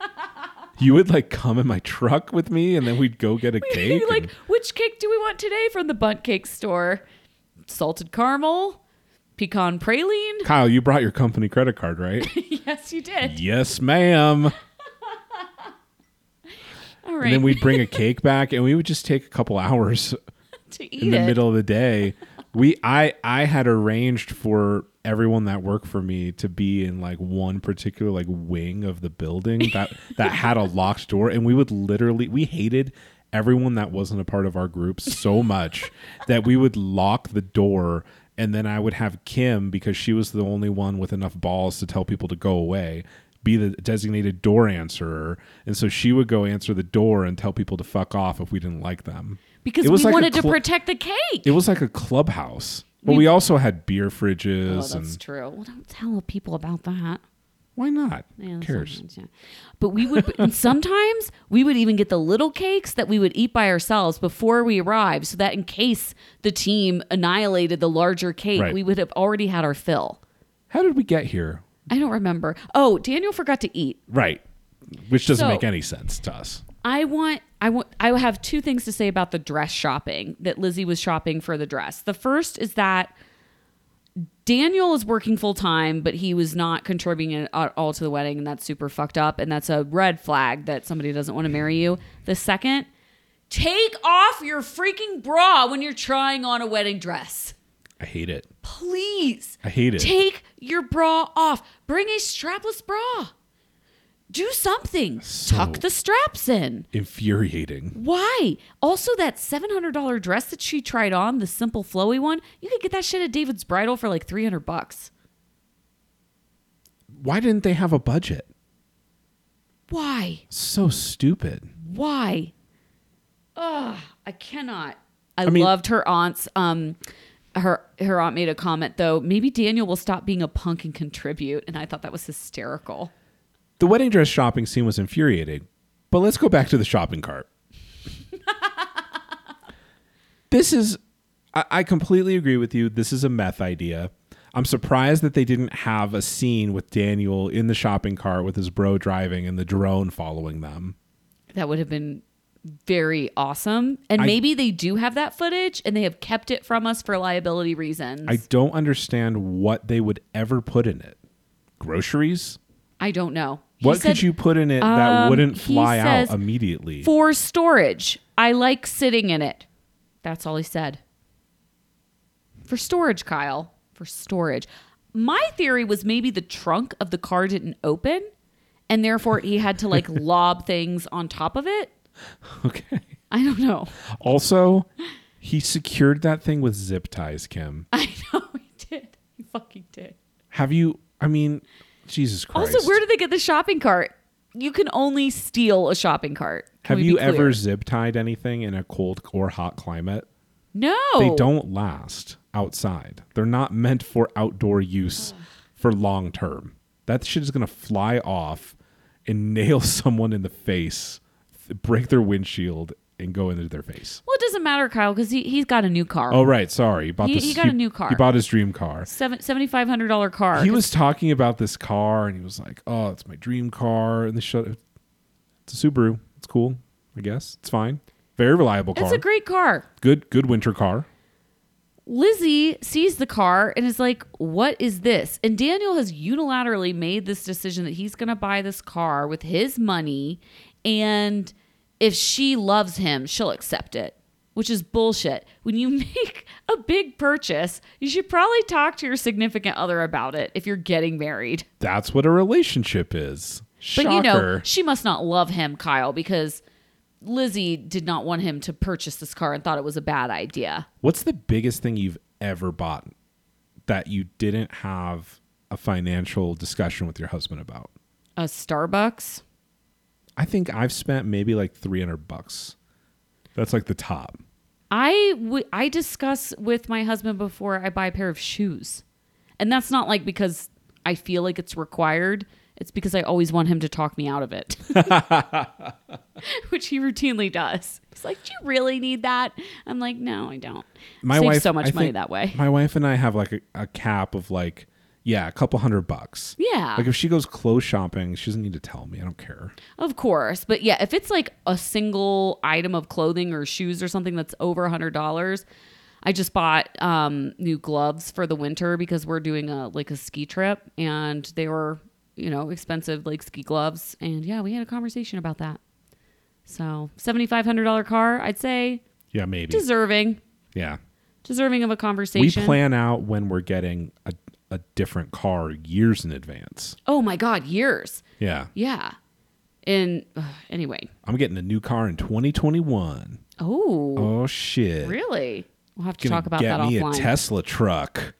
S2: You would like come in my truck with me, and then we'd go get a cake.
S1: like,
S2: and-
S1: which cake do we want today from the bunt cake store? Salted caramel, pecan praline.
S2: Kyle, you brought your company credit card, right?
S1: yes, you did.
S2: yes, ma'am.
S1: All right.
S2: And then we'd bring a cake back and we would just take a couple hours
S1: to eat
S2: in the
S1: it.
S2: middle of the day. We I I had arranged for everyone that worked for me to be in like one particular like wing of the building that that had a locked door and we would literally we hated everyone that wasn't a part of our group so much that we would lock the door and then I would have Kim because she was the only one with enough balls to tell people to go away be the designated door answerer and so she would go answer the door and tell people to fuck off if we didn't like them
S1: because
S2: It was
S1: we
S2: like a
S1: wanted to
S2: cl-
S1: protect the cake.
S2: it was like a clubhouse. But we, also had beer
S1: oh,
S2: fridges
S1: that's
S2: and
S1: true. Well, don't tell people about that.
S2: why not?
S1: Yeah,
S2: Who
S1: that's
S2: cares?
S1: sometimes, yeah. But we would and sometimes we would even get the little cakes that we would eat by ourselves before we arrived, so that in case the team annihilated the larger cake,
S2: Right.
S1: we would have already had our fill.
S2: How did we get here?
S1: I don't remember. Oh, Daniel forgot to eat.
S2: Right. Which doesn't
S1: So-
S2: make any sense to us.
S1: I want I want I have two things to say about the dress shopping that Lizzie was shopping for the dress. The first is that Daniel is working full time, but he was not contributing at all to the wedding, and that's super fucked up. And that's a red flag that somebody doesn't want to marry you. The second, take off your freaking bra when you're trying on a wedding dress.
S2: I hate it.
S1: Please.
S2: I hate it.
S1: Take your bra off. Bring a strapless bra. Do something. Tuck the straps in.
S2: Infuriating.
S1: Why? Also, that seven hundred dollar dress that she tried on, the simple flowy one, you could get that shit at David's Bridal for like three hundred bucks.
S2: Why didn't they have a budget?
S1: Why?
S2: So stupid.
S1: Why? Ugh, I cannot. I,
S2: mean-
S1: loved her aunt's. Um, her her aunt made a comment though. Maybe Daniel will stop being a punk and contribute, and I thought that was hysterical.
S2: The wedding dress shopping scene was infuriating, but let's go back to the shopping cart. this is, I, I completely agree with you. This is a meth idea. I'm surprised that they didn't have a scene with Daniel in the shopping cart with his bro driving and the drone following them.
S1: That would have been very awesome. And
S2: I-
S1: maybe they do have that footage, and they have kept it from us for liability reasons.
S2: I don't understand what they would ever put in it. Groceries?
S1: I don't know. He
S2: What
S1: said-
S2: could you put in it that
S1: um,
S2: wouldn't
S1: he
S2: fly out
S1: says
S2: immediately?
S1: for storage. I like sitting in it. That's all he said. For storage, Kyle. For storage. My theory was maybe the trunk of the car didn't open and therefore he had to like lob things on top of it.
S2: okay.
S1: I don't know.
S2: Also, he secured that thing with zip ties, Kim.
S1: I know he did. He fucking did.
S2: Have you? I mean, Jesus Christ.
S1: Also, where did they get the shopping cart? You can only steal a shopping cart. Can
S2: have
S1: we be
S2: you
S1: clear?
S2: ever zip tied anything in a cold or hot climate?
S1: No.
S2: They don't last outside. They're not meant for outdoor use for long term. That shit is gonna fly off and nail someone in the face, th- break their windshield, and go into their face.
S1: Well, it doesn't matter, Kyle, because he, he's got a new car.
S2: Oh right, sorry. He bought
S1: He-
S2: this.
S1: he got a new car.
S2: He bought his dream car.
S1: Seven, $7,500 car.
S2: He was talking about this car and he was like, "Oh, it's my dream car." And they shut it. It's a Subaru. It's cool, I guess. It's fine. Very reliable car.
S1: It's a great car.
S2: good good winter car.
S1: Lizzie sees the car and is like, What is this? And Daniel has unilaterally made this decision that he's going to buy this car with his money. And if she loves him, she'll accept it, which is bullshit. When you make a big purchase, you should probably talk to your significant other about it if you're getting married.
S2: That's what a relationship is. Shocker.
S1: But you know, she must not love him, Kyle, because Lizzie did not want him to purchase this car and thought it was a bad idea.
S2: What's the biggest thing you've ever bought that you didn't have a financial discussion with your husband about?
S1: A Starbucks?
S2: I think I've spent maybe like 300 bucks. That's like the top.
S1: I w- I discuss with my husband before I buy a pair of shoes. And that's not like because I feel like it's required. It's because I always want him to talk me out of it. Which he routinely does. He's like, "Do you really need that?" I'm like, "No, I don't."
S2: My
S1: Save
S2: wife
S1: so much
S2: I
S1: money
S2: think
S1: that way.
S2: My wife and I have like a, a cap of like yeah, a couple hundred bucks.
S1: Yeah.
S2: Like if she goes clothes shopping, she doesn't need to tell me. I don't care.
S1: Of course. But yeah, if it's like a single item of clothing or shoes or something that's over a $100, I just bought um, new gloves for the winter because we're doing a like a ski trip, and they were you know expensive like ski gloves. And yeah, we had a conversation about that. So seventy five hundred dollar car, I'd say
S2: Yeah, maybe.
S1: deserving,
S2: yeah.
S1: deserving of a
S2: We
S1: conversation.
S2: plan out when we're getting a, a different car years in advance.
S1: oh my god, years.
S2: Yeah.
S1: Yeah. And ugh, anyway,
S2: I'm getting a new car in 2021.
S1: oh,
S2: Oh shit.
S1: really? We'll have to
S2: Gonna
S1: talk about
S2: get
S1: that
S2: me
S1: offline.
S2: a Tesla truck.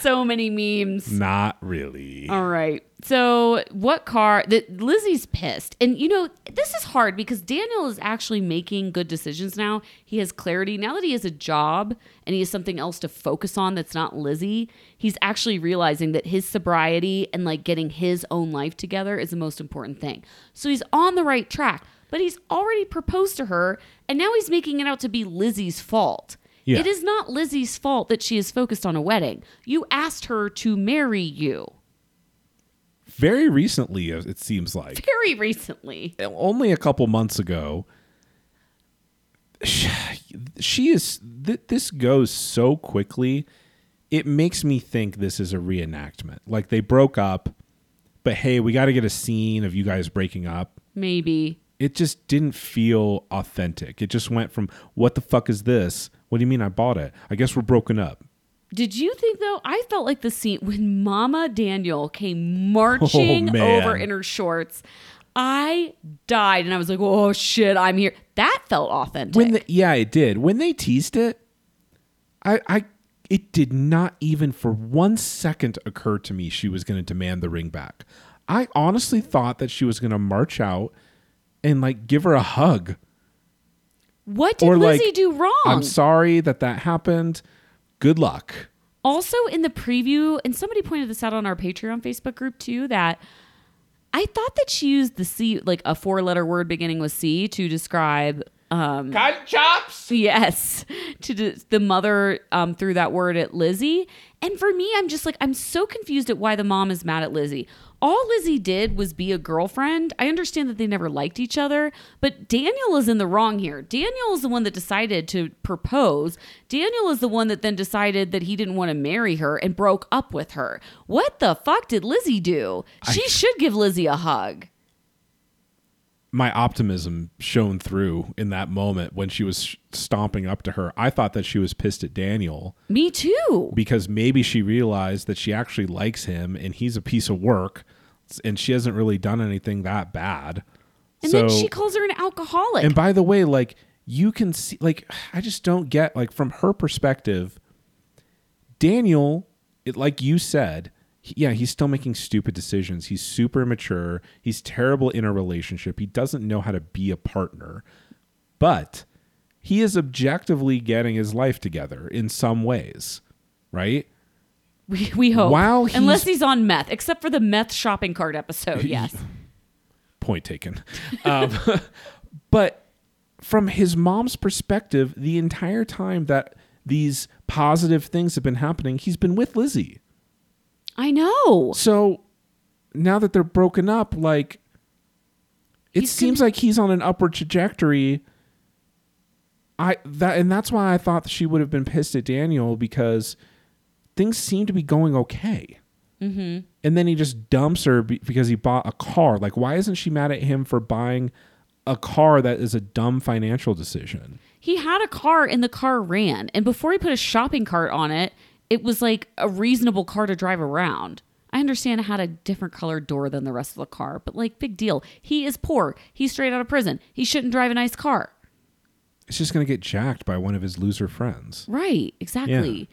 S1: So many memes.
S2: Not really.
S1: All right. So, what car that Lizzie's pissed. And you know, this is hard because Daniel is actually making good decisions now. He has clarity now that he has a job and he has something else to focus on that's not Lizzie. He's actually realizing that his sobriety and like getting his own life together is the most important thing. So, he's on the right track, but he's already proposed to her and now he's making it out to be Lizzie's fault.
S2: Yeah.
S1: It is not Lizzie's fault that she is focused on a wedding. You asked her to marry you.
S2: Very recently, it it seems like.
S1: very recently.
S2: only a couple months ago she, she is th- this goes so quickly it makes me think this is a reenactment like they broke up but hey we got to get a scene of you guys breaking up
S1: Maybe.
S2: it just didn't feel authentic it just went from what the fuck is this what do you mean i bought it i guess we're broken up
S1: Did you think though? I felt like the scene when Mama Daniel came marching
S2: Oh, man.
S1: over in her shorts. I died and I was like, oh shit, I'm here. That felt authentic.
S2: when the, yeah it did when they teased it i i it did not even for one second occur to me she was going to demand the ring back i honestly thought that she was going to march out and like give her a hug
S1: what did
S2: or like
S1: Lizzie do wrong?
S2: i'm sorry that that happened good luck
S1: also in the preview, and somebody pointed this out on our Patreon Facebook group too, that I thought that she used the C, like a four letter word beginning with C, to describe. Um, chops? Yes. To de- the mother um, threw that word at Lizzie. And for me, I'm just like, I'm so confused at why the mom is mad at Lizzie. All Lizzie did was be a girlfriend. I understand that they never liked each other, but Daniel is in the wrong here. Daniel is the one that decided to propose. Daniel is the one that then decided that he didn't want to marry her and broke up with her. What the fuck did Lizzie do? She should give Lizzie a hug.
S2: my optimism shone through in that moment when she was sh- stomping up to her i thought that she was pissed at daniel
S1: Me too.
S2: because maybe she realized that she actually likes him and he's a piece of work and she hasn't really done anything that bad.
S1: And
S2: so
S1: then she calls her an alcoholic.
S2: And by the way, like you can see like I just don't get like from her perspective Daniel, it, like you said, he- yeah, he's still making stupid decisions. He's super immature. He's terrible in a relationship. He doesn't know how to be a partner. But he is objectively getting his life together in some ways, right?
S1: we, we hope.
S2: While he's-
S1: Unless he's on meth, except for the meth shopping cart episode. Yes.
S2: point taken. Um, but from his mom's perspective, the entire time that these positive things have been happening, he's been with Lizzie.
S1: I know.
S2: So now that they're broken up, like it
S1: He's
S2: seems like he's on an upward trajectory. I that and that's why I thought she would have been pissed at Daniel because things seem to be going okay. Mm-hmm. And then he just dumps her be- because he bought a car. Like, why isn't she mad at him for buying a car that is a dumb financial decision?
S1: He had a car and the car ran. And before he put a shopping cart on it, it was like a reasonable car to drive around. I understand it had a different colored door than the rest of the car, but like, big deal. He is poor. He's straight out of prison. He shouldn't drive a nice car.
S2: It's just gonna get jacked by one of his loser friends.
S1: Right, exactly.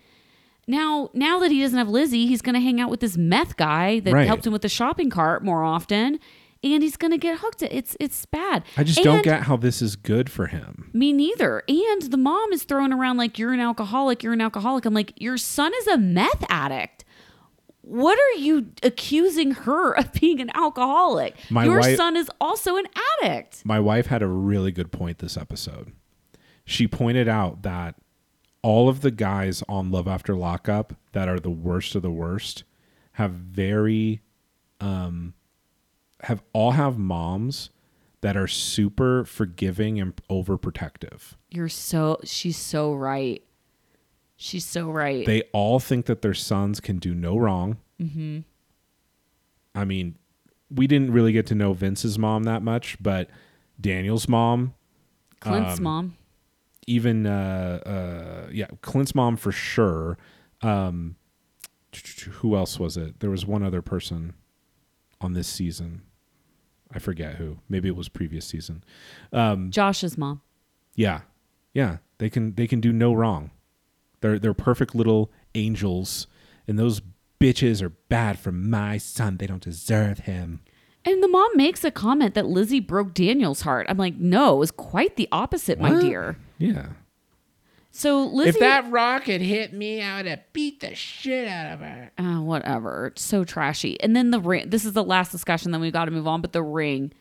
S1: Now, now that he doesn't have Lizzie, he's going to hang out with this meth guy that
S2: Right.
S1: helped him with the shopping cart more often, and he's going to get hooked. It's it's bad.
S2: I just don't
S1: And-
S2: get how this is good for him.
S1: me neither. And the mom is throwing around like you're an alcoholic, you're an alcoholic. I'm like your son is a meth addict. What are you accusing her of being an alcoholic?
S2: My
S1: your
S2: wife-
S1: son is also an addict.
S2: my wife had a really good point this episode. She pointed out that all of the guys on Love After Lockup that are the worst of the worst have very um have all have moms that are super forgiving and overprotective.
S1: You're so she's so right. She's so right.
S2: They all think that their sons can do no wrong. I mean, we didn't really get to know Vince's mom that much, but Daniel's mom,
S1: Clint's
S2: um,
S1: mom.
S2: even uh, uh, yeah, Clint's mom for sure. Um, who else was it? There was one other person on this season. I forget who. Maybe it was previous season.
S1: Josh's mom.
S2: Yeah, yeah. They can they can do no wrong. They're they're perfect little angels, and those bitches are bad for my son. They don't deserve him.
S1: And the mom makes a comment that Lizzie broke Daniel's heart. I'm like, no, it was quite the opposite, my
S2: What?
S1: dear.
S2: Yeah.
S1: So Lizzie
S4: If that rocket hit me, I would have beat the shit out of her.
S1: Ah, whatever. It's so trashy. And then the ring. This is the last discussion. Then we got to move on. But the ring.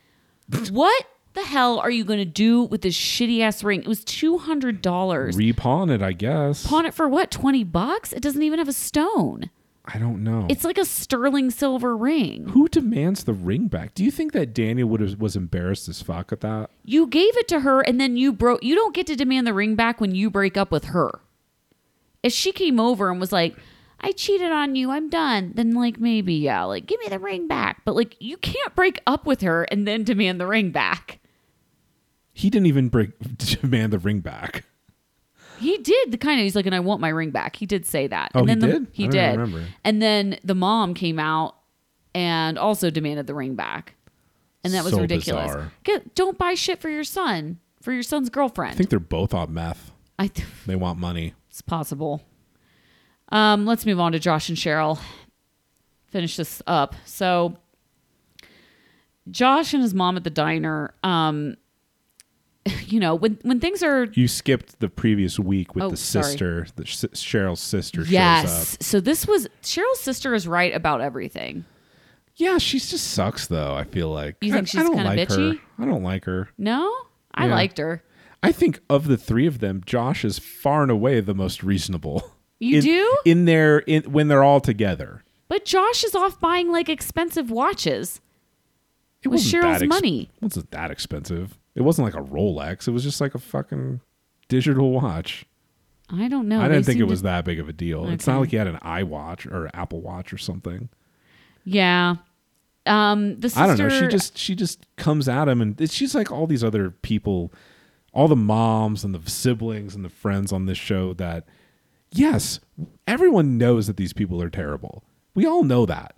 S1: what the hell are you going to do with this shitty ass ring? It was two hundred dollars.
S2: Repawn it, I guess.
S1: Pawn it for what? Twenty bucks? It doesn't even have a stone.
S2: I don't know.
S1: It's like a sterling silver ring.
S2: who demands the ring back? Do you think that Daniel would have was embarrassed as fuck at that?
S1: You gave it to her, and then you broke. You don't get to demand the ring back when you break up with her. If she came over and was like. I cheated on you. I'm done. Then, like, maybe, yeah, like, give me the ring back. But, like, you can't break up with her and then demand the ring back.
S2: He didn't even break, demand the ring back.
S1: He did the kind of he's like, and I want my ring back. He did say that.
S2: Oh,
S1: and
S2: he
S1: then the,
S2: did?
S1: He
S2: I don't
S1: did.
S2: remember.
S1: And then the mom came out and also demanded the ring back, and that was
S2: So
S1: ridiculous.
S2: bizarre.
S1: Get- Don't buy shit for your son, for your son's
S2: I
S1: girlfriend.
S2: think they're both on meth.
S1: I th-
S2: They want money.
S1: it's possible. Um, let's move on to Josh and Cheryl. Finish this up. So, Josh and his mom at the diner. Um, you know, when when things are
S2: You skipped the previous week with
S1: Oh,
S2: the
S1: sorry.
S2: sister, the s- Cheryl's sister shows up.
S1: Yes. So this was Cheryl's sister is right about everything.
S2: Yeah, she just sucks though. I feel like
S1: You
S2: I-
S1: think she's
S2: I, don't
S1: kinda
S2: like
S1: bitchy?
S2: Her. I don't like her.
S1: No, I
S2: Yeah.
S1: liked her.
S2: I think of the three of them, Josh is far and away the most reasonable.
S1: You
S2: in,
S1: do?
S2: in their in, when they're all together.
S1: But Josh is off buying like expensive watches.
S2: It
S1: With
S2: wasn't that
S1: Cheryl's money.
S2: It wasn't that expensive. It wasn't like a Rolex. It was just like a fucking digital watch.
S1: I don't know.
S2: I
S1: Oh, They
S2: didn't think it
S1: seemed
S2: was
S1: to-
S2: that big of a deal. It's not like he had an iWatch or an Apple Watch or something.
S1: Yeah. Um. The sister.
S2: I don't know. She just she just comes at him, and it's- she's like all these other people, all the moms and the siblings and the friends on this show. That yes, everyone knows that these people are terrible. We all know that,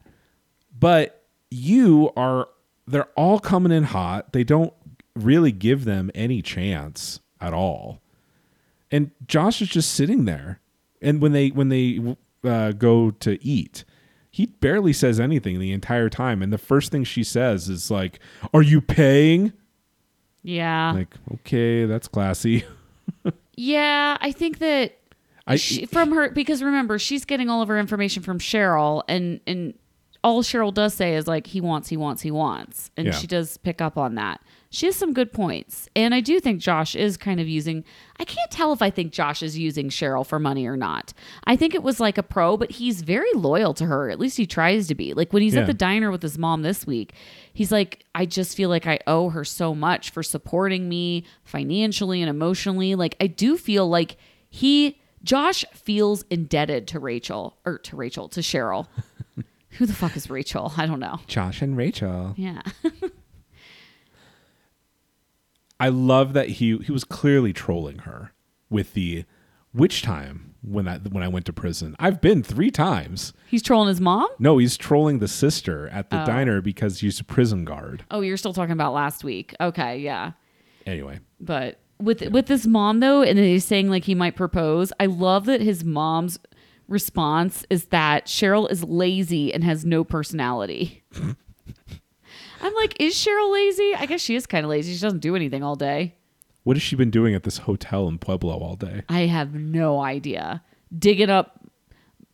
S2: but you are. They're all coming in hot. They don't really give them any chance at all. And Josh is just sitting there. And when they when they uh, go to eat, he barely says anything the entire time. And the first thing she says is like, "Are you paying?"
S1: Yeah.
S2: Like, okay, that's classy.
S1: yeah. I think that.
S2: I
S1: she, from her because remember she's getting all of her information from Cheryl and and all Cheryl does say is like he wants he wants he wants and
S2: Yeah.
S1: she does pick up on that. She has some good points and I do think Josh is kind of using I can't tell if I think Josh is using Cheryl for money or not. I think it was like a pro but he's very loyal to her. At least he tries to be. Like when he's
S2: Yeah.
S1: at the diner with his mom this week, he's like I just feel like I owe her so much for supporting me financially and emotionally. Like I do feel like he Josh feels indebted to Rachel or to Rachel to Cheryl. Who the fuck is Rachel? I don't know.
S2: Josh and Rachel.
S1: Yeah.
S2: I love that he he was clearly trolling her with the which time when I when I went to prison. I've been three times.
S1: He's trolling his mom?
S2: No, he's trolling the sister at the diner because he's a prison guard.
S1: Oh, you're still talking about last week. Okay, yeah.
S2: Anyway,
S1: But with with this mom though and he's saying like he might propose. I love that his mom's response is that Cheryl is lazy and has no personality. I'm like, is Cheryl lazy? I guess she is kind of lazy. She doesn't do anything all day.
S2: what has she been doing at this hotel in Pueblo all day?
S1: I have no idea. Digging up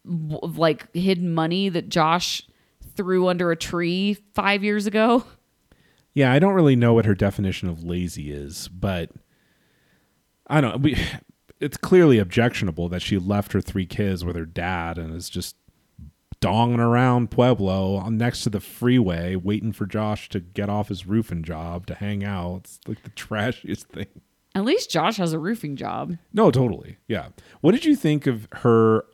S1: w- like hidden money that Josh threw under a tree five years ago.
S2: Yeah, I don't really know what her definition of lazy is, but I don't. We, it's clearly objectionable that she left her three kids with her dad and is just donging around Pueblo on- next to the freeway, waiting for Josh to get off his roofing job to hang out. It's like the trashiest thing.
S1: At least Josh has a roofing job.
S2: No, totally. Yeah. What did you think of her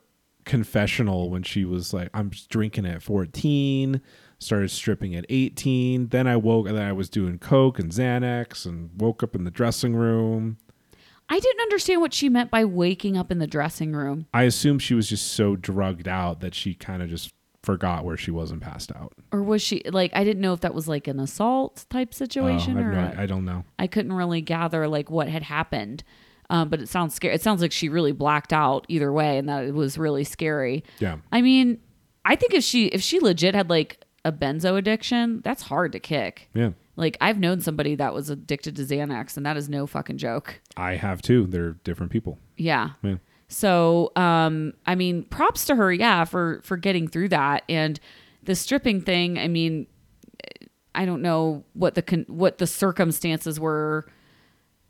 S2: confessional when she was like, I'm just drinking at 14, started stripping at 18, then I woke and then I was doing Coke and Xanax and woke up in the dressing room.
S1: I didn't understand what she meant by waking up in the dressing room
S2: I assume she was just so drugged out that she kind of just forgot where she was and passed out.
S1: or was she like I didn't know if that was like an assault type
S2: Oh, I,
S1: situation
S2: have
S1: or
S2: no-
S1: a-
S2: I don't know.
S1: I couldn't really gather like what had happened. Um, but it sounds scary. It sounds like she really blacked out either way, and that it was really scary.
S2: Yeah.
S1: I mean, I think if she if she legit had like a benzo addiction, that's hard to kick.
S2: Yeah.
S1: Like I've known somebody that was addicted to Xanax, and that is no fucking joke.
S2: I have too. They're different people.
S1: Yeah.
S2: Yeah.
S1: So, um, I mean, props to her, yeah, for for getting through that and the stripping thing. I mean, I don't know what the con- what the circumstances were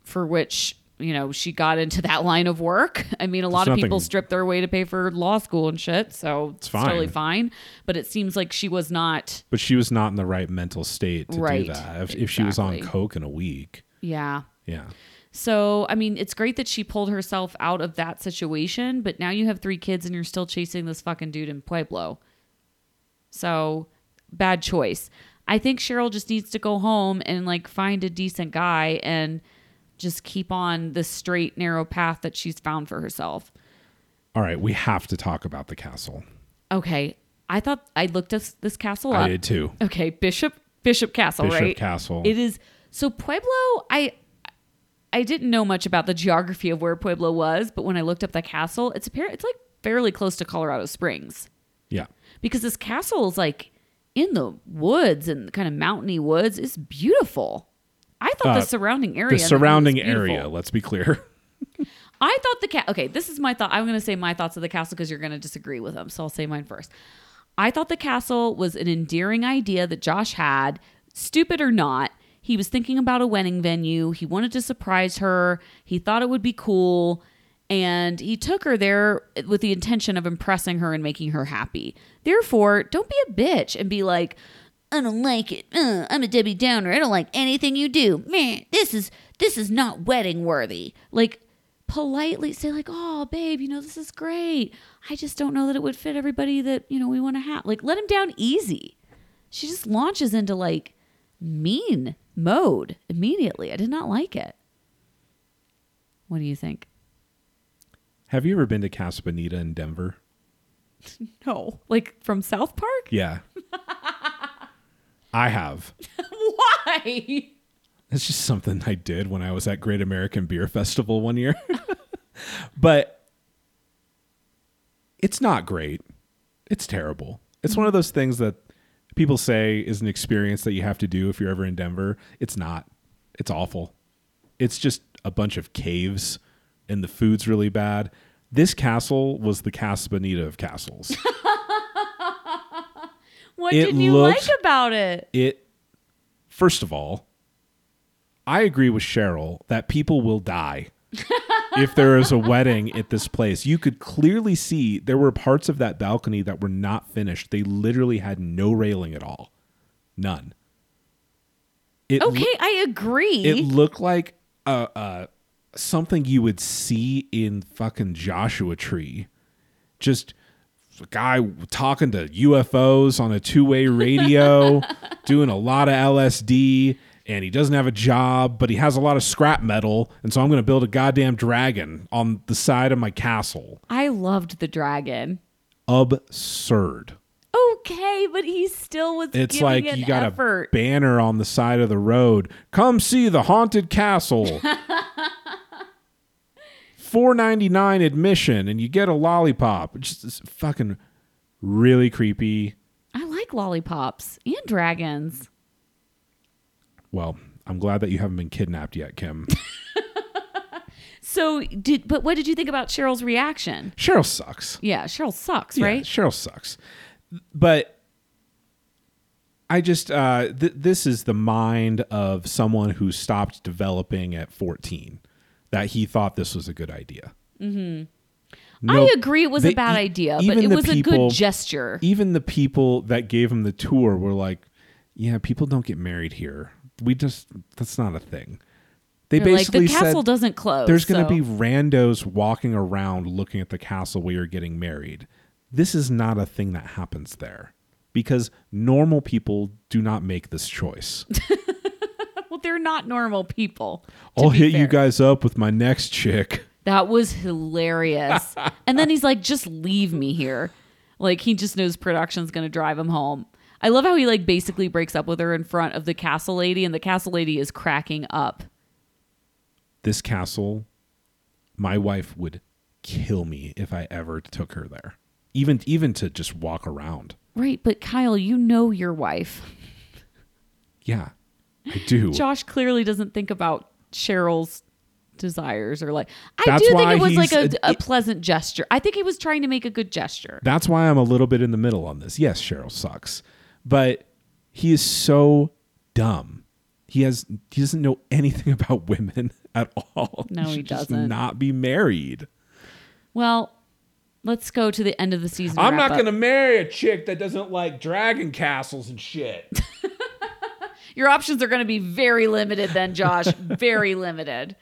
S1: for which you know she got into that line of work. I mean, a lot
S2: There's
S1: of people
S2: nothing-
S1: strip their way to pay for law school and shit, so it's,
S2: fine.
S1: totally fine. But it seems like she was not.
S2: But she was not in the right mental state to
S1: Right.
S2: do that. If, if she was on
S1: Exactly.
S2: Coke in a week.
S1: Yeah.
S2: Yeah.
S1: So, I mean, it's great that she pulled herself out of that situation, but now you have three kids and you're still chasing this fucking dude in Pueblo. So, bad choice. I think Cheryl just needs to go home and like find a decent guy and just keep on the straight, narrow path that she's found for herself.
S2: All right. We have to talk about the castle.
S1: Okay. I thought I looked this, this castle up.
S2: I did too.
S1: Okay, Bishop Bishop Castle,
S2: Bishop
S1: right?
S2: Castle.
S1: It is so Pueblo. I I didn't know much about the geography of where Pueblo was, but when I looked up the castle, it's apparent it's like fairly close to Colorado Springs
S2: Yeah.
S1: because this castle is like in the woods and kind of mountainy woods. It's beautiful. I thought
S2: Uh,
S1: the surrounding area,
S2: The
S1: in was
S2: surrounding area,
S1: beautiful.
S2: let's be clear.
S1: I thought the cat. Okay, this is my thought. I'm going to say my thoughts of the castle because you're going to disagree with them. So I'll say mine first. I thought the castle was an endearing idea that Josh had, stupid or not. He was thinking about a wedding venue. He wanted to surprise her. He thought it would be cool. And he took her there with the intention of impressing her and making her happy. Therefore, don't be a bitch and be like, I don't like it. Uh, I'm a Debbie Downer. I don't like anything you do. Man, this is this is not wedding worthy. Like politely say like, "Oh, babe, you know this is great. I just don't know that it would fit everybody that, you know, we want to have." Like let him down easy. She just launches into like mean mode immediately. I did not like it. What do you think?
S2: Have you ever been to Casa Bonita in Denver?
S1: No. Like from South Park?
S2: Yeah. I have.
S1: Why?
S2: It's just something I did when I was at Great American Beer Festival one year. but it's not great. It's terrible. It's one of those things that people say is an experience that you have to do if you're ever in Denver. It's not. It's awful. It's just a bunch of caves and the food's really bad. This castle was the Casa Bonita of castles.
S1: What
S2: It
S1: didn't you
S2: looks-
S1: like about it?
S2: it first of all i agree with cheryl that people will die if there is a wedding at this place you could clearly see there were parts of that balcony that were not finished they literally had no railing at all none it
S1: Okay, I agree.
S2: it looked like a, a something you would see in fucking Joshua Tree. Just a guy talking to UFOs on a two-way radio, doing a lot of LSD, and he doesn't have a job, but he has a lot of scrap metal, and so I'm going to build a goddamn dragon on the side of my castle.
S1: I loved the dragon.
S2: Absurd.
S1: Okay, but he still was.
S2: It's
S1: giving
S2: like
S1: it
S2: you got
S1: effort.
S2: a banner on the side of the road. Come see the haunted castle. 4.99 admission and you get a lollipop. It's Just it's fucking really creepy.
S1: I like lollipops and dragons.
S2: Well, I'm glad that you haven't been kidnapped yet, Kim.
S1: So did, but what did you think about Cheryl's reaction?
S2: Cheryl sucks.
S1: Yeah, Cheryl sucks,
S2: Yeah,
S1: right?
S2: Cheryl sucks. But I just uh, th- this is the mind of someone who stopped developing at 14 that he thought this was a good idea. No,
S1: Mm-hmm. I agree it was
S2: they-
S1: a bad
S2: e-
S1: idea, but
S2: even
S1: it
S2: the
S1: was a
S2: people-
S1: good gesture.
S2: Even the people that gave him the tour were like, "Yeah, people don't get married here. We just that's not a thing." They
S1: They're like,
S2: basically
S1: the castle
S2: said
S1: doesn't close.
S2: there's going
S1: Oh, so-
S2: to be randos walking around looking at the castle where you're getting married. This is not a thing that happens there because normal people do not make this choice.
S1: Well, they're not normal people. to
S2: I'll
S1: be
S2: hit you
S1: fair.
S2: guys up with my next chick.
S1: That was hilarious. and then he's like, just leave me here. Like he just knows production's gonna drive him home. I love how he like basically breaks up with her in front of the castle lady, and the castle lady is cracking up.
S2: This castle, my wife would kill me if I ever took her there. Even even to just walk around.
S1: Right, but Kyle, you know your wife.
S2: Yeah. I do.
S1: Josh clearly doesn't think about Cheryl's desires or like I
S2: That's
S1: do think
S2: why
S1: it was like a,
S2: he's a-
S1: a pleasant gesture. I think he was trying to make a good gesture.
S2: That's why I'm a little bit in the middle on this. Yes, Cheryl sucks, but he is so dumb. He has he doesn't know anything about women at all.
S1: No, he
S2: should just
S1: doesn't.
S2: Not be married.
S1: Well, let's go to the end of the season.
S4: I'm
S1: wrap
S4: not
S1: up.
S4: gonna marry a chick that doesn't like dragon castles and shit.
S1: Your options are going to be very limited then, Josh. very limited.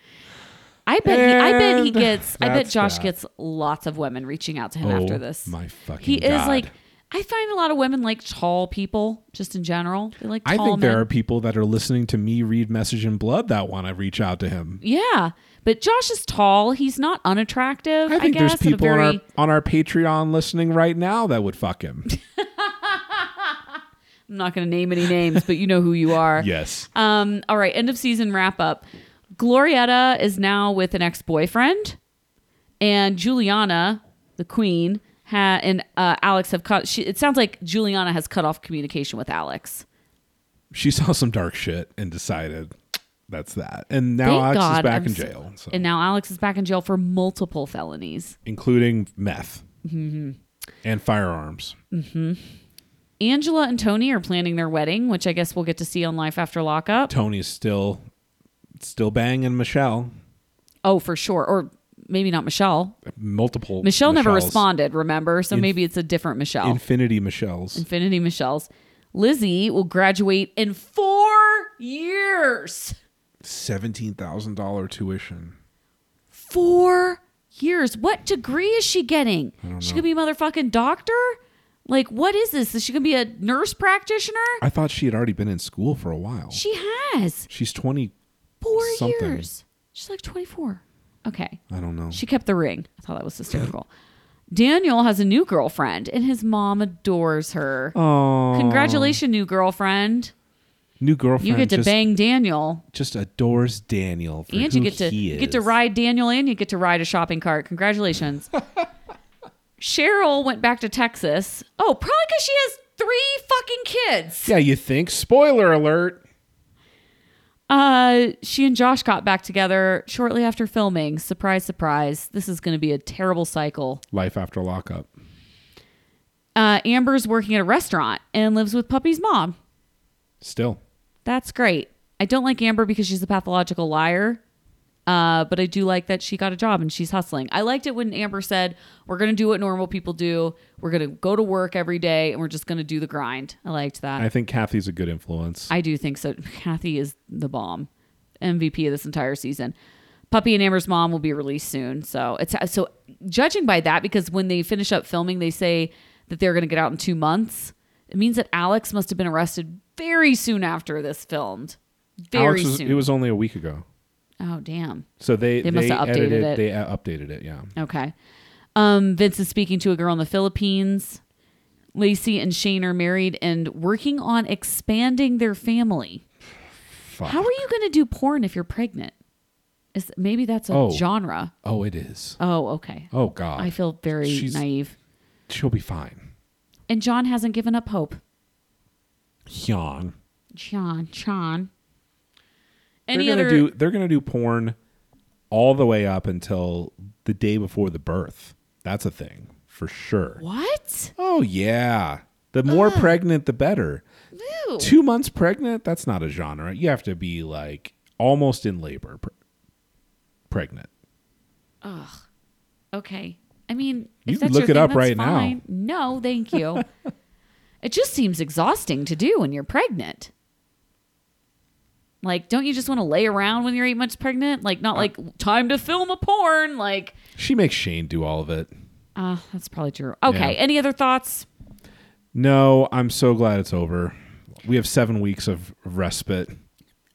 S1: I bet he, I bet he
S2: And
S1: gets I bet
S2: that's
S1: Josh
S2: that.
S1: gets lots of women reaching out to him
S2: Oh,
S1: after this.
S2: my fucking
S1: He is
S2: God.
S1: like I find a lot of women like tall people just in general. They like tall
S2: I
S1: men.
S2: think there are people that are listening to me read Message in Blood that want to reach out to him.
S1: Yeah. But Josh is tall. He's not unattractive. I,
S2: I think
S1: guess
S2: there's people
S1: at a very
S2: on our on our Patreon listening right now that would fuck him.
S1: I'm not going to name any names, but you know who you are.
S2: yes.
S1: Um, all right, end of season wrap up. Glorietta is now with an ex boyfriend, and Juliana, the queen, ha- and uh, Alex have cut. She, it sounds like Juliana has cut off communication with Alex.
S2: She saw some dark shit and decided that's that. And now
S1: Thank
S2: Alex
S1: God,
S2: is back
S1: I'm
S2: in
S1: so-
S2: jail. So.
S1: And now Alex is back in jail for multiple felonies.
S2: including meth
S1: Mm-hmm.
S2: and firearms.
S1: Angela and Tony are planning their wedding, which I guess we'll get to see on Life After Lockup.
S2: Tony's still still banging Michelle.
S1: Oh, for sure. Or maybe not Michelle.
S2: Multiple
S1: Michelle never
S2: Michelles.
S1: responded, remember? So maybe it's a different Michelle.
S2: Infinity Michelles.
S1: Infinity Michelle's. Lizzie will graduate in four years.
S2: Seventeen thousand dollar tuition.
S1: Four years. What degree is she getting? She could be a motherfucking doctor? Like, what is this? Is she gonna be a nurse practitioner?
S2: I thought she had already been in school for a while.
S1: She has
S2: She's twenty.
S1: four
S2: Something.
S1: years. She's like 24. Okay.
S2: I don't know.
S1: She kept the ring. I thought that was hysterical. Daniel has a new girlfriend, and his mom adores her.
S2: Oh,
S1: Congratulations, new girlfriend.
S2: new girlfriend.
S1: You get to
S2: just,
S1: bang Daniel.
S2: Just adores Daniel. For
S1: and
S2: who
S1: you get to
S2: he
S1: you get to
S2: is.
S1: ride Daniel and you get to ride a shopping cart. Congratulations. Cheryl went back to Texas. Oh, probably because she has three fucking kids.
S4: yeah, you think? Spoiler alert.
S1: Uh, she and Josh got back together shortly after filming. Surprise, surprise. This is going to be a terrible cycle.
S2: Life after lockup.
S1: Uh, Amber's working at a restaurant and lives with Puppy's mom.
S2: Still,
S1: That's great. I don't like Amber because she's a pathological liar. Uh, but I do like that she got a job and she's hustling. I liked it when Amber said, "We're gonna do what normal people do. We're gonna go to work every day and we're just gonna do the grind." I liked that.
S2: I think Kathy's a good influence.
S1: I do think so. Kathy is the bomb, MVP of this entire season. Puppy and Amber's mom will be released soon. So it's so judging by that because when they finish up filming, they say that they're going to get out in two months. It means that Alex must have been arrested very soon after this filmed. Very
S2: Alex was,
S1: soon.
S2: It was only a week ago.
S1: oh damn.
S2: So they
S1: They must have updated
S2: edited,
S1: it.
S2: They uh, updated it. Yeah.
S1: Okay. Um, Vince is speaking to a girl in the Philippines. Lacey and Shane are married and working on expanding their family.
S2: Fuck.
S1: How are you going to do porn if you're pregnant? Is maybe that's a
S2: Oh.
S1: genre?
S2: Oh, it is.
S1: Oh, okay.
S2: Oh God.
S1: I feel very
S2: She's-
S1: naive.
S2: she'll be fine.
S1: And John hasn't given up hope.
S2: Hyun.
S1: John, John. Any
S2: They're
S1: other?
S2: gonna do. They're gonna do porn all the way up until the day before the birth. That's a thing for sure.
S1: what? Ah.
S2: Oh yeah. The more pregnant, the better.
S1: Ew.
S2: Two months pregnant. That's not a genre. You have to be like almost in labor, pre- pregnant.
S1: Okay. I mean,
S2: You
S1: if
S2: can
S1: that's
S2: look
S1: your
S2: it
S1: thing,
S2: up
S1: that's
S2: right now.
S1: fine. No, thank you. it just seems exhausting to do when you're pregnant. Like, don't you just want to lay around when you're eight months pregnant? Like, not like time to film a porn. Like,
S2: She makes Shane do all of it.
S1: uh, that's probably true. Okay.
S2: Yeah.
S1: Any other thoughts?
S2: No, I'm so glad it's over. We have seven weeks of respite.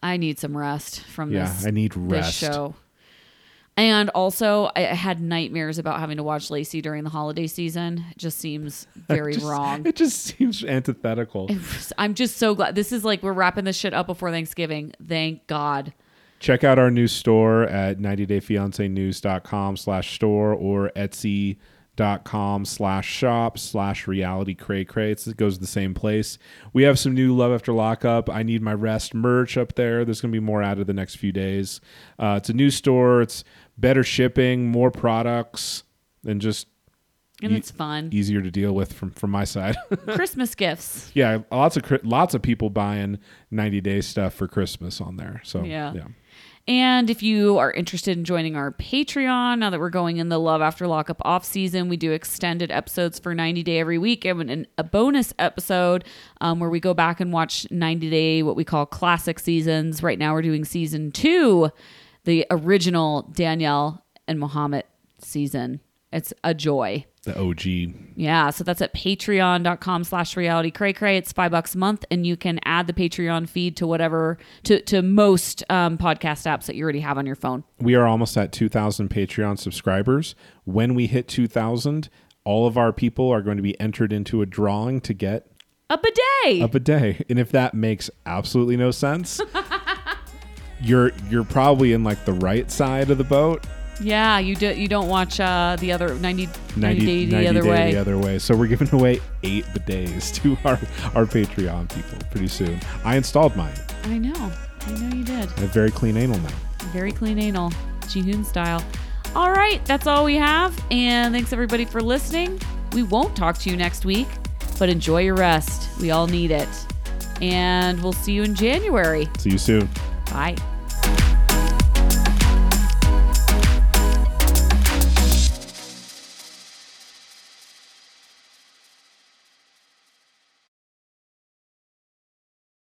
S1: I need some rest from
S2: Yeah,
S1: this.
S2: I need rest.
S1: This show. And also, I I had nightmares about having to watch Lacey during the holiday season. It just seems very wrong.
S2: It just seems antithetical.
S1: I'm just so glad. This is like we're wrapping this shit up before Thanksgiving. Thank God.
S2: Check out our new store at 90dayfiancenews.com slash store or etsy.com slash shop slash reality cray cray. It's, it goes to the same place. We have some new Love After Lockup, I Need My Rest merch up there. There's going to be more out of the next few days. Uh, it's a new store. It's better shipping, more products, and just
S1: And
S2: Ye-
S1: it's fun.
S2: easier to deal with from, from my side.
S1: Christmas gifts.
S2: yeah, lots of cri- lots of people buying 90 day stuff for Christmas on there. So
S1: Yeah.
S2: yeah.
S1: And if you are interested in joining our Patreon, now that we're going in the Love After Lockup off season, we do extended episodes for 90 Day every week and an, a bonus episode um, where we go back and watch 90 Day, what we call classic seasons. Right now, we're doing season two, the original Danielle and Mohammed season. It's a joy.
S2: The OG
S1: Yeah, so that's at patreon.com slash reality cray cray. It's five bucks a month, and you can add the Patreon feed to whatever to to most um, podcast apps that you already have on your phone.
S2: we are almost at 2000 patreon subscribers when we hit 2000 all of our people are going to be entered into a drawing to get
S1: A bidet.
S2: a bidet and if that makes absolutely no sense you're you're probably in like the right side of the boat
S1: yeah, you do you don't watch uh, the other 90, 90
S2: 90,
S1: day the
S2: 90
S1: other
S2: day
S1: way.
S2: the other way so we're giving away eight bidets to our our patreon people pretty soon i installed mine
S1: I know. I know you did.
S2: i have very clean anal now
S1: Very clean anal. Jihoon style. All right, that's all we have. And thanks everybody for listening. We won't talk to you next week, but enjoy your rest. We all need it. And we'll see you in January.
S2: see you soon
S1: Bye.